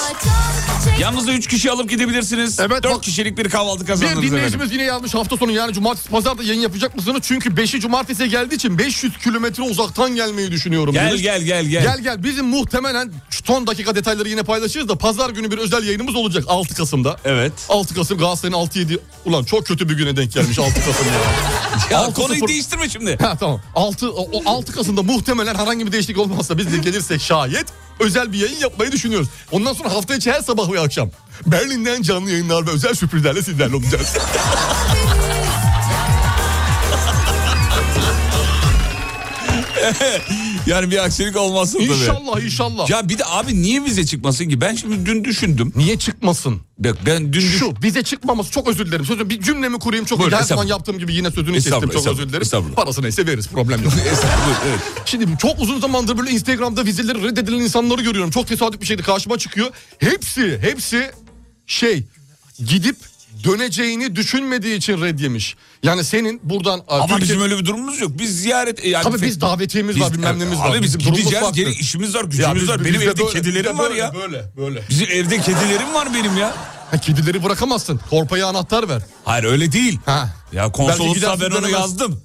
Speaker 3: Yalnız da 3 kişi alıp gidebilirsiniz. Evet. 4 kişilik bir kahvaltı kazandınız.
Speaker 4: Bir
Speaker 3: efendim.
Speaker 4: dinleyicimiz yine yazmış hafta sonu yani cumartesi pazar da yayın yapacak mısınız? Çünkü 5'i cumartesiye geldiği için 500 kilometre uzaktan gelmeyi düşünüyorum.
Speaker 3: Gel,
Speaker 4: demiş.
Speaker 3: gel, gel, gel.
Speaker 4: Gel gel bizim muhtemelen şu son dakika detayları yine paylaşırız da pazar günü bir özel yayınımız olacak 6 Kasım'da. Evet. 6 Kasım Galatasaray'ın 6-7 ulan çok kötü bir güne denk gelmiş 6 Kasım ya.
Speaker 3: Ya konuyu değiştirme şimdi.
Speaker 4: Ha tamam. 6, o, o 6 Kasım'da muhtemelen herhangi bir değişiklik olmazsa biz de gelirsek şayet özel bir yayın yapmayı düşünüyoruz. Ondan sonra hafta içi her sabah ve akşam Berlin'den canlı yayınlar ve özel sürprizlerle sizlerle olacağız.
Speaker 3: yani bir aksilik olmasın tabii.
Speaker 4: İnşallah, inşallah.
Speaker 3: Ya bir de abi niye vize çıkmasın ki? Ben şimdi dün düşündüm.
Speaker 4: Niye çıkmasın?
Speaker 3: Bak ben dün
Speaker 4: Şu vize çıkmaması çok özür dilerim. Sözüm bir cümlemi kurayım çok.
Speaker 3: Buyur,
Speaker 4: her zaman
Speaker 3: estağfurullah.
Speaker 4: yaptığım gibi yine sözünü kestim
Speaker 3: Estağfurullah,
Speaker 4: çok özür
Speaker 3: estağfurullah,
Speaker 4: dilerim.
Speaker 3: estağfurullah.
Speaker 4: Parası neyse veririz problem yok. Şimdi çok uzun zamandır böyle Instagram'da vizeleri reddedilen insanları görüyorum. Çok tesadüf bir şeydi karşıma çıkıyor. Hepsi hepsi şey gidip döneceğini düşünmediği için red yemiş. Yani senin buradan...
Speaker 3: Ama bizim öyle bir durumumuz yok. Biz ziyaret... e, Yani
Speaker 4: Tabii biz davetiyemiz var, bilmem neyimiz var.
Speaker 3: Abi biz
Speaker 4: Bizim durumumuz
Speaker 3: gideceğiz,
Speaker 4: farklı.
Speaker 3: geri işimiz var, gücümüz
Speaker 4: Ya biz-
Speaker 3: var.
Speaker 4: biz
Speaker 3: Benim
Speaker 4: de
Speaker 3: evde
Speaker 4: böyle,
Speaker 3: kedilerim
Speaker 4: biz de
Speaker 3: var
Speaker 4: böyle,
Speaker 3: ya.
Speaker 4: Böyle böyle.
Speaker 3: Bizim evde kedilerim var benim ya.
Speaker 4: Ha, kedileri bırakamazsın. Korpaya anahtar ver.
Speaker 3: Hayır öyle değil.
Speaker 4: Ha.
Speaker 3: Ya
Speaker 4: Belki
Speaker 3: konsolosluğa
Speaker 4: gidersin
Speaker 3: ben onu
Speaker 4: dönemez.
Speaker 3: yazdım.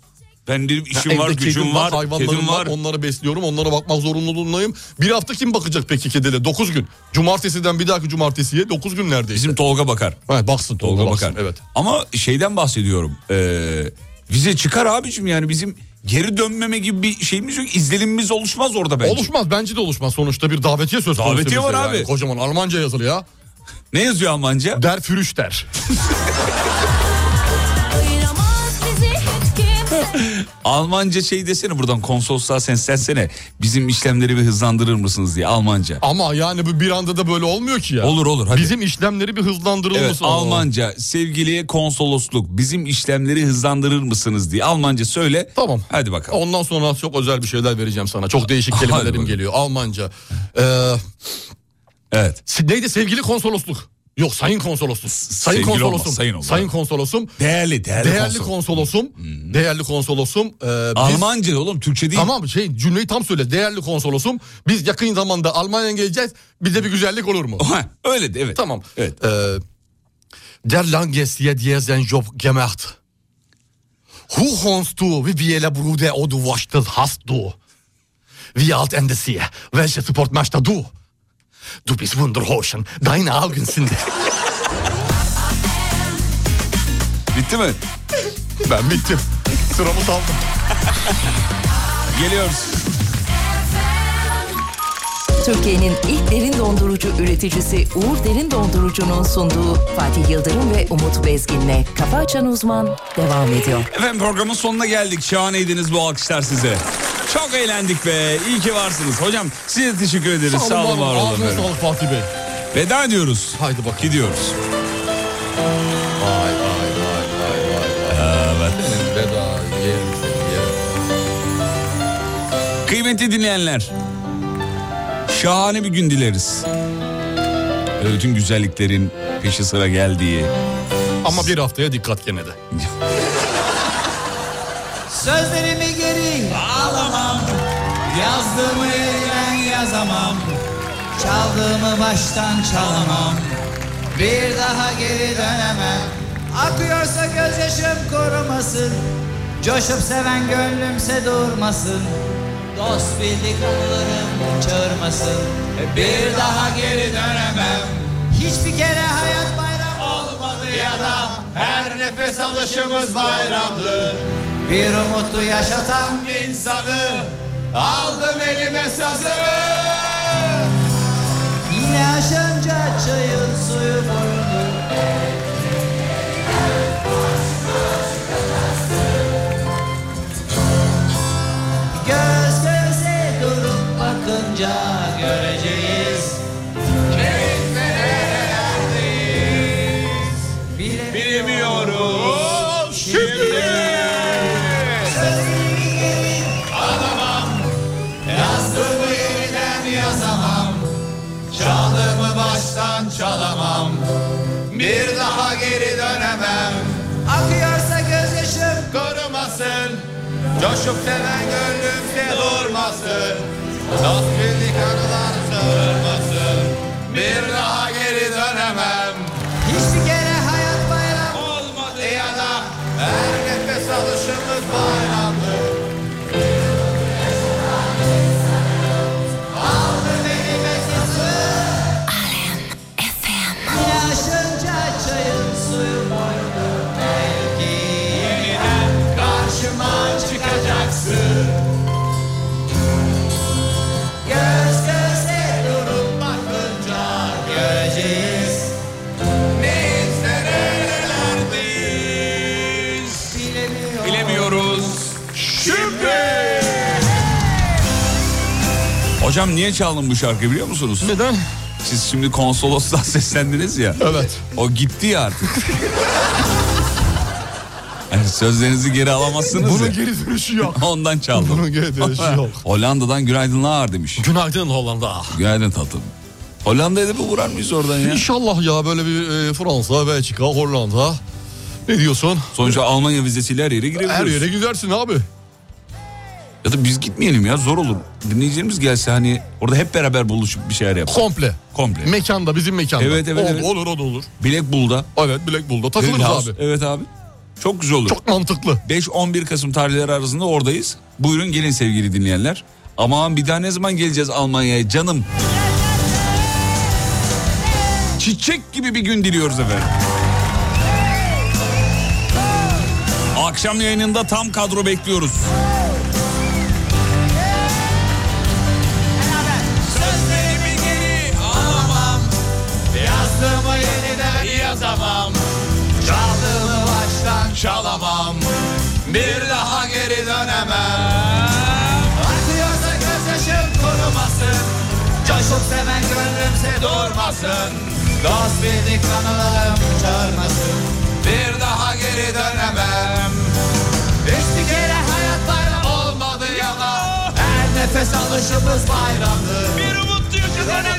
Speaker 3: Ben dedim
Speaker 4: Ya
Speaker 3: işim var,
Speaker 4: evde
Speaker 3: gücüm
Speaker 4: kedim
Speaker 3: var,
Speaker 4: hayvanlarım
Speaker 3: kedim var.
Speaker 4: Onları besliyorum, onlara bakmak zorunluluğundayım. Bir hafta kim bakacak peki kedilere? 9 gün. Cumartesiden bir dahaki cumartesiye 9 gün neredeyse.
Speaker 3: Bizim Tolga bakar.
Speaker 4: Ha, baksın Tolga,
Speaker 3: Tolga
Speaker 4: baksın.
Speaker 3: bakar. Evet. Ama şeyden bahsediyorum. Ee, vize çıkar abicim yani bizim geri dönmeme gibi bir şeyimiz yok. İzlenimimiz oluşmaz orada bence.
Speaker 4: Oluşmaz bence de oluşmaz. Sonuçta bir davetiye söz konusu.
Speaker 3: Davetiye
Speaker 4: bize
Speaker 3: var
Speaker 4: yani.
Speaker 3: abi.
Speaker 4: Kocaman Almanca yazılı ya.
Speaker 3: Ne yazıyor Almanca?
Speaker 4: Der Fürüş der.
Speaker 2: Ayıramaz bizi hiç kimse
Speaker 3: Almanca şey desene buradan konsolosluğa sen sensene. Bizim işlemleri bir hızlandırır mısınız diye Almanca.
Speaker 4: Ama yani bu bir anda da böyle olmuyor ki ya.
Speaker 3: Olur, olur, hadi.
Speaker 4: Bizim işlemleri bir hızlandırılması.
Speaker 3: Evet, Almanca sevgili konsolosluk bizim işlemleri hızlandırır mısınız diye Almanca söyle. Tamam. Hadi bakalım.
Speaker 4: Ondan sonra çok özel bir şeyler vereceğim sana. Çok değişik
Speaker 3: Hadi
Speaker 4: kelimelerim
Speaker 3: bakalım.
Speaker 4: geliyor. Almanca. Ee,
Speaker 3: evet.
Speaker 4: Neydi sevgili konsolosluk? Yok sayın konsolosluk. Sayın
Speaker 3: sevgili
Speaker 4: konsolosum.
Speaker 3: olmaz, sayın olur.
Speaker 4: konsolosum.
Speaker 3: Değerli, değerli konsolosum.
Speaker 4: konsolosum. Değerli konsolosum. ee, biz-
Speaker 3: Almanca oğlum Türkçe değil.
Speaker 4: Tamam şey cümleyi tam söyle. Değerli konsolosum. Biz yakın zamanda Almanya'ya geleceğiz. Bize bir güzellik olur mu?
Speaker 3: Ha, Öyle de evet.
Speaker 4: Tamam.
Speaker 3: Evet.
Speaker 4: Ee, der lange sie dir sein Job gemacht. Hu honst du, wie viele Brüder und du hast du? Wie alt ende sie? Welche Support machst du? Du bist wunderhoşen, deine Augen sind...
Speaker 3: Bitti mi?
Speaker 4: Ben bittim. Sıramı saldım.
Speaker 3: Geliyoruz.
Speaker 1: Türkiye'nin ilk derin dondurucu üreticisi Uğur Derin Dondurucu'nun sunduğu Fatih Yıldırım ve Umut Bezgin'le Kafa Açan Uzman devam ediyor.
Speaker 3: Efendim programın sonuna geldik. Şahaneydiniz bu alkışlar size. Çok eğlendik be. İyi ki varsınız. Hocam size de teşekkür ederiz. Sağ olun, var olun.
Speaker 4: Ağzına
Speaker 3: efendim.
Speaker 4: sağlık Fatih Bey.
Speaker 3: Veda ediyoruz. Haydi bakalım. Gidiyoruz.
Speaker 4: Vay vay vay vay vay.
Speaker 3: Evet.
Speaker 4: Benim veda yerim seni yerim.
Speaker 3: Kıymetli dinleyenler. Şahane bir gün dileriz. Ve bütün güzelliklerin peşi sıra geldiği.
Speaker 4: Ama bir haftaya dikkat gene de.
Speaker 5: Sözlerimi geri alamam Yazdığımı yeniden yazamam Çaldığımı baştan çalamam Bir daha geri dönemem Akıyorsa gözyaşım korumasın Coşup seven gönlümse durmasın Dost bildik anılarım çağırmasın Bir daha geri dönemem Hiçbir kere hayat bayram olmadı ya da Her nefes alışımız bayramdı bir umutu yaşatan bir insanı Aldım elime sazı Yine aşınca çayın suyu vurdu Göz göze durup bakınca göreceğiz Kimin ve nerelerdeyiz Bilemiyoruz Sözlerimi geri alamam Yazdığımı yeniden yazamam Çaldığımı baştan çalamam Bir daha geri dönemem Akıyorsa gözyaşım korumasın Coşup seven gönlümde durmasın Dost birlik anılar sığırmasın Bir daha geri dönemem Hiçbir kere hayat bayram olmadı ya da Her nefes alışımız bayramdı Aldım elime sızı Yaşınca çayın suyu boyundu Belki yeniden karşıma çıkacaksın Göz göze durup bakınca göreceğiz Neyiz de nerelerdeyiz Bilemiyoruz,
Speaker 3: Bilemiyoruz. Hocam niye çaldın bu şarkıyı biliyor musunuz? Neden? Siz şimdi konsolosluğa seslendiniz ya. Evet. O gitti ya artık. Yani sözlerinizi geri alamazsınız
Speaker 4: Bunun
Speaker 3: ya.
Speaker 4: geri dönüşü yok.
Speaker 3: Ondan çaldım.
Speaker 4: Bunun geri dönüşü yok.
Speaker 3: Hollanda'dan günaydınlar demiş.
Speaker 4: Günaydın Hollanda.
Speaker 3: Günaydın tatlım. Hollanda'ya da bir uğrar mıyız oradan ya?
Speaker 4: İnşallah ya böyle bir e, Fransa, Belçika, Hollanda. Ne diyorsun?
Speaker 3: Sonuçta Almanya vizesiyle her yere girebiliriz.
Speaker 4: Her yere gidersin abi.
Speaker 3: Ya da biz gitmeyelim ya zor olur. Dinleyicilerimiz gelse hani orada hep beraber buluşup bir şeyler yapalım.
Speaker 4: Komple.
Speaker 3: Komple.
Speaker 4: Mekanda bizim mekanda.
Speaker 3: Evet, evet,
Speaker 4: Olur,
Speaker 3: evet.
Speaker 4: Olur o da olur.
Speaker 3: Bilek bulda.
Speaker 4: Evet bilek bulda takılırız
Speaker 3: Greenhouse.
Speaker 4: abi.
Speaker 3: Evet abi. Çok güzel olur.
Speaker 4: Çok mantıklı.
Speaker 3: 5-11 Kasım tarihleri arasında oradayız. Buyurun gelin sevgili dinleyenler. Aman bir daha ne zaman geleceğiz Almanya'ya canım. Çiçek gibi bir gün diliyoruz efendim. Akşam yayınında tam kadro bekliyoruz.
Speaker 5: Sözlerimi geri alamam Yazdığımı yeniden yazamam Çaldığımı baştan çalamam Bir daha geri dönemem Artıyorsa gözyaşım kurumasın Coşup seven gönlümse durmasın Dost bildik anılarım çağırmasın Bir daha geri dönemem Hiçbir kere hayat bayram olmadı yalan Her nefes alışımız bayramdı Bir umut yaşadık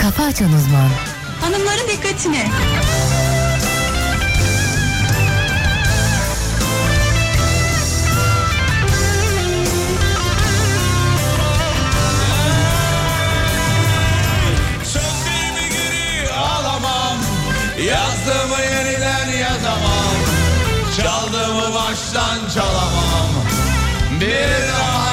Speaker 1: Kafa Açan Uzman
Speaker 12: Hanımların dikkatine.
Speaker 3: Yazdığımı yeniden yazamam Çaldığımı baştan çalamam Bir daha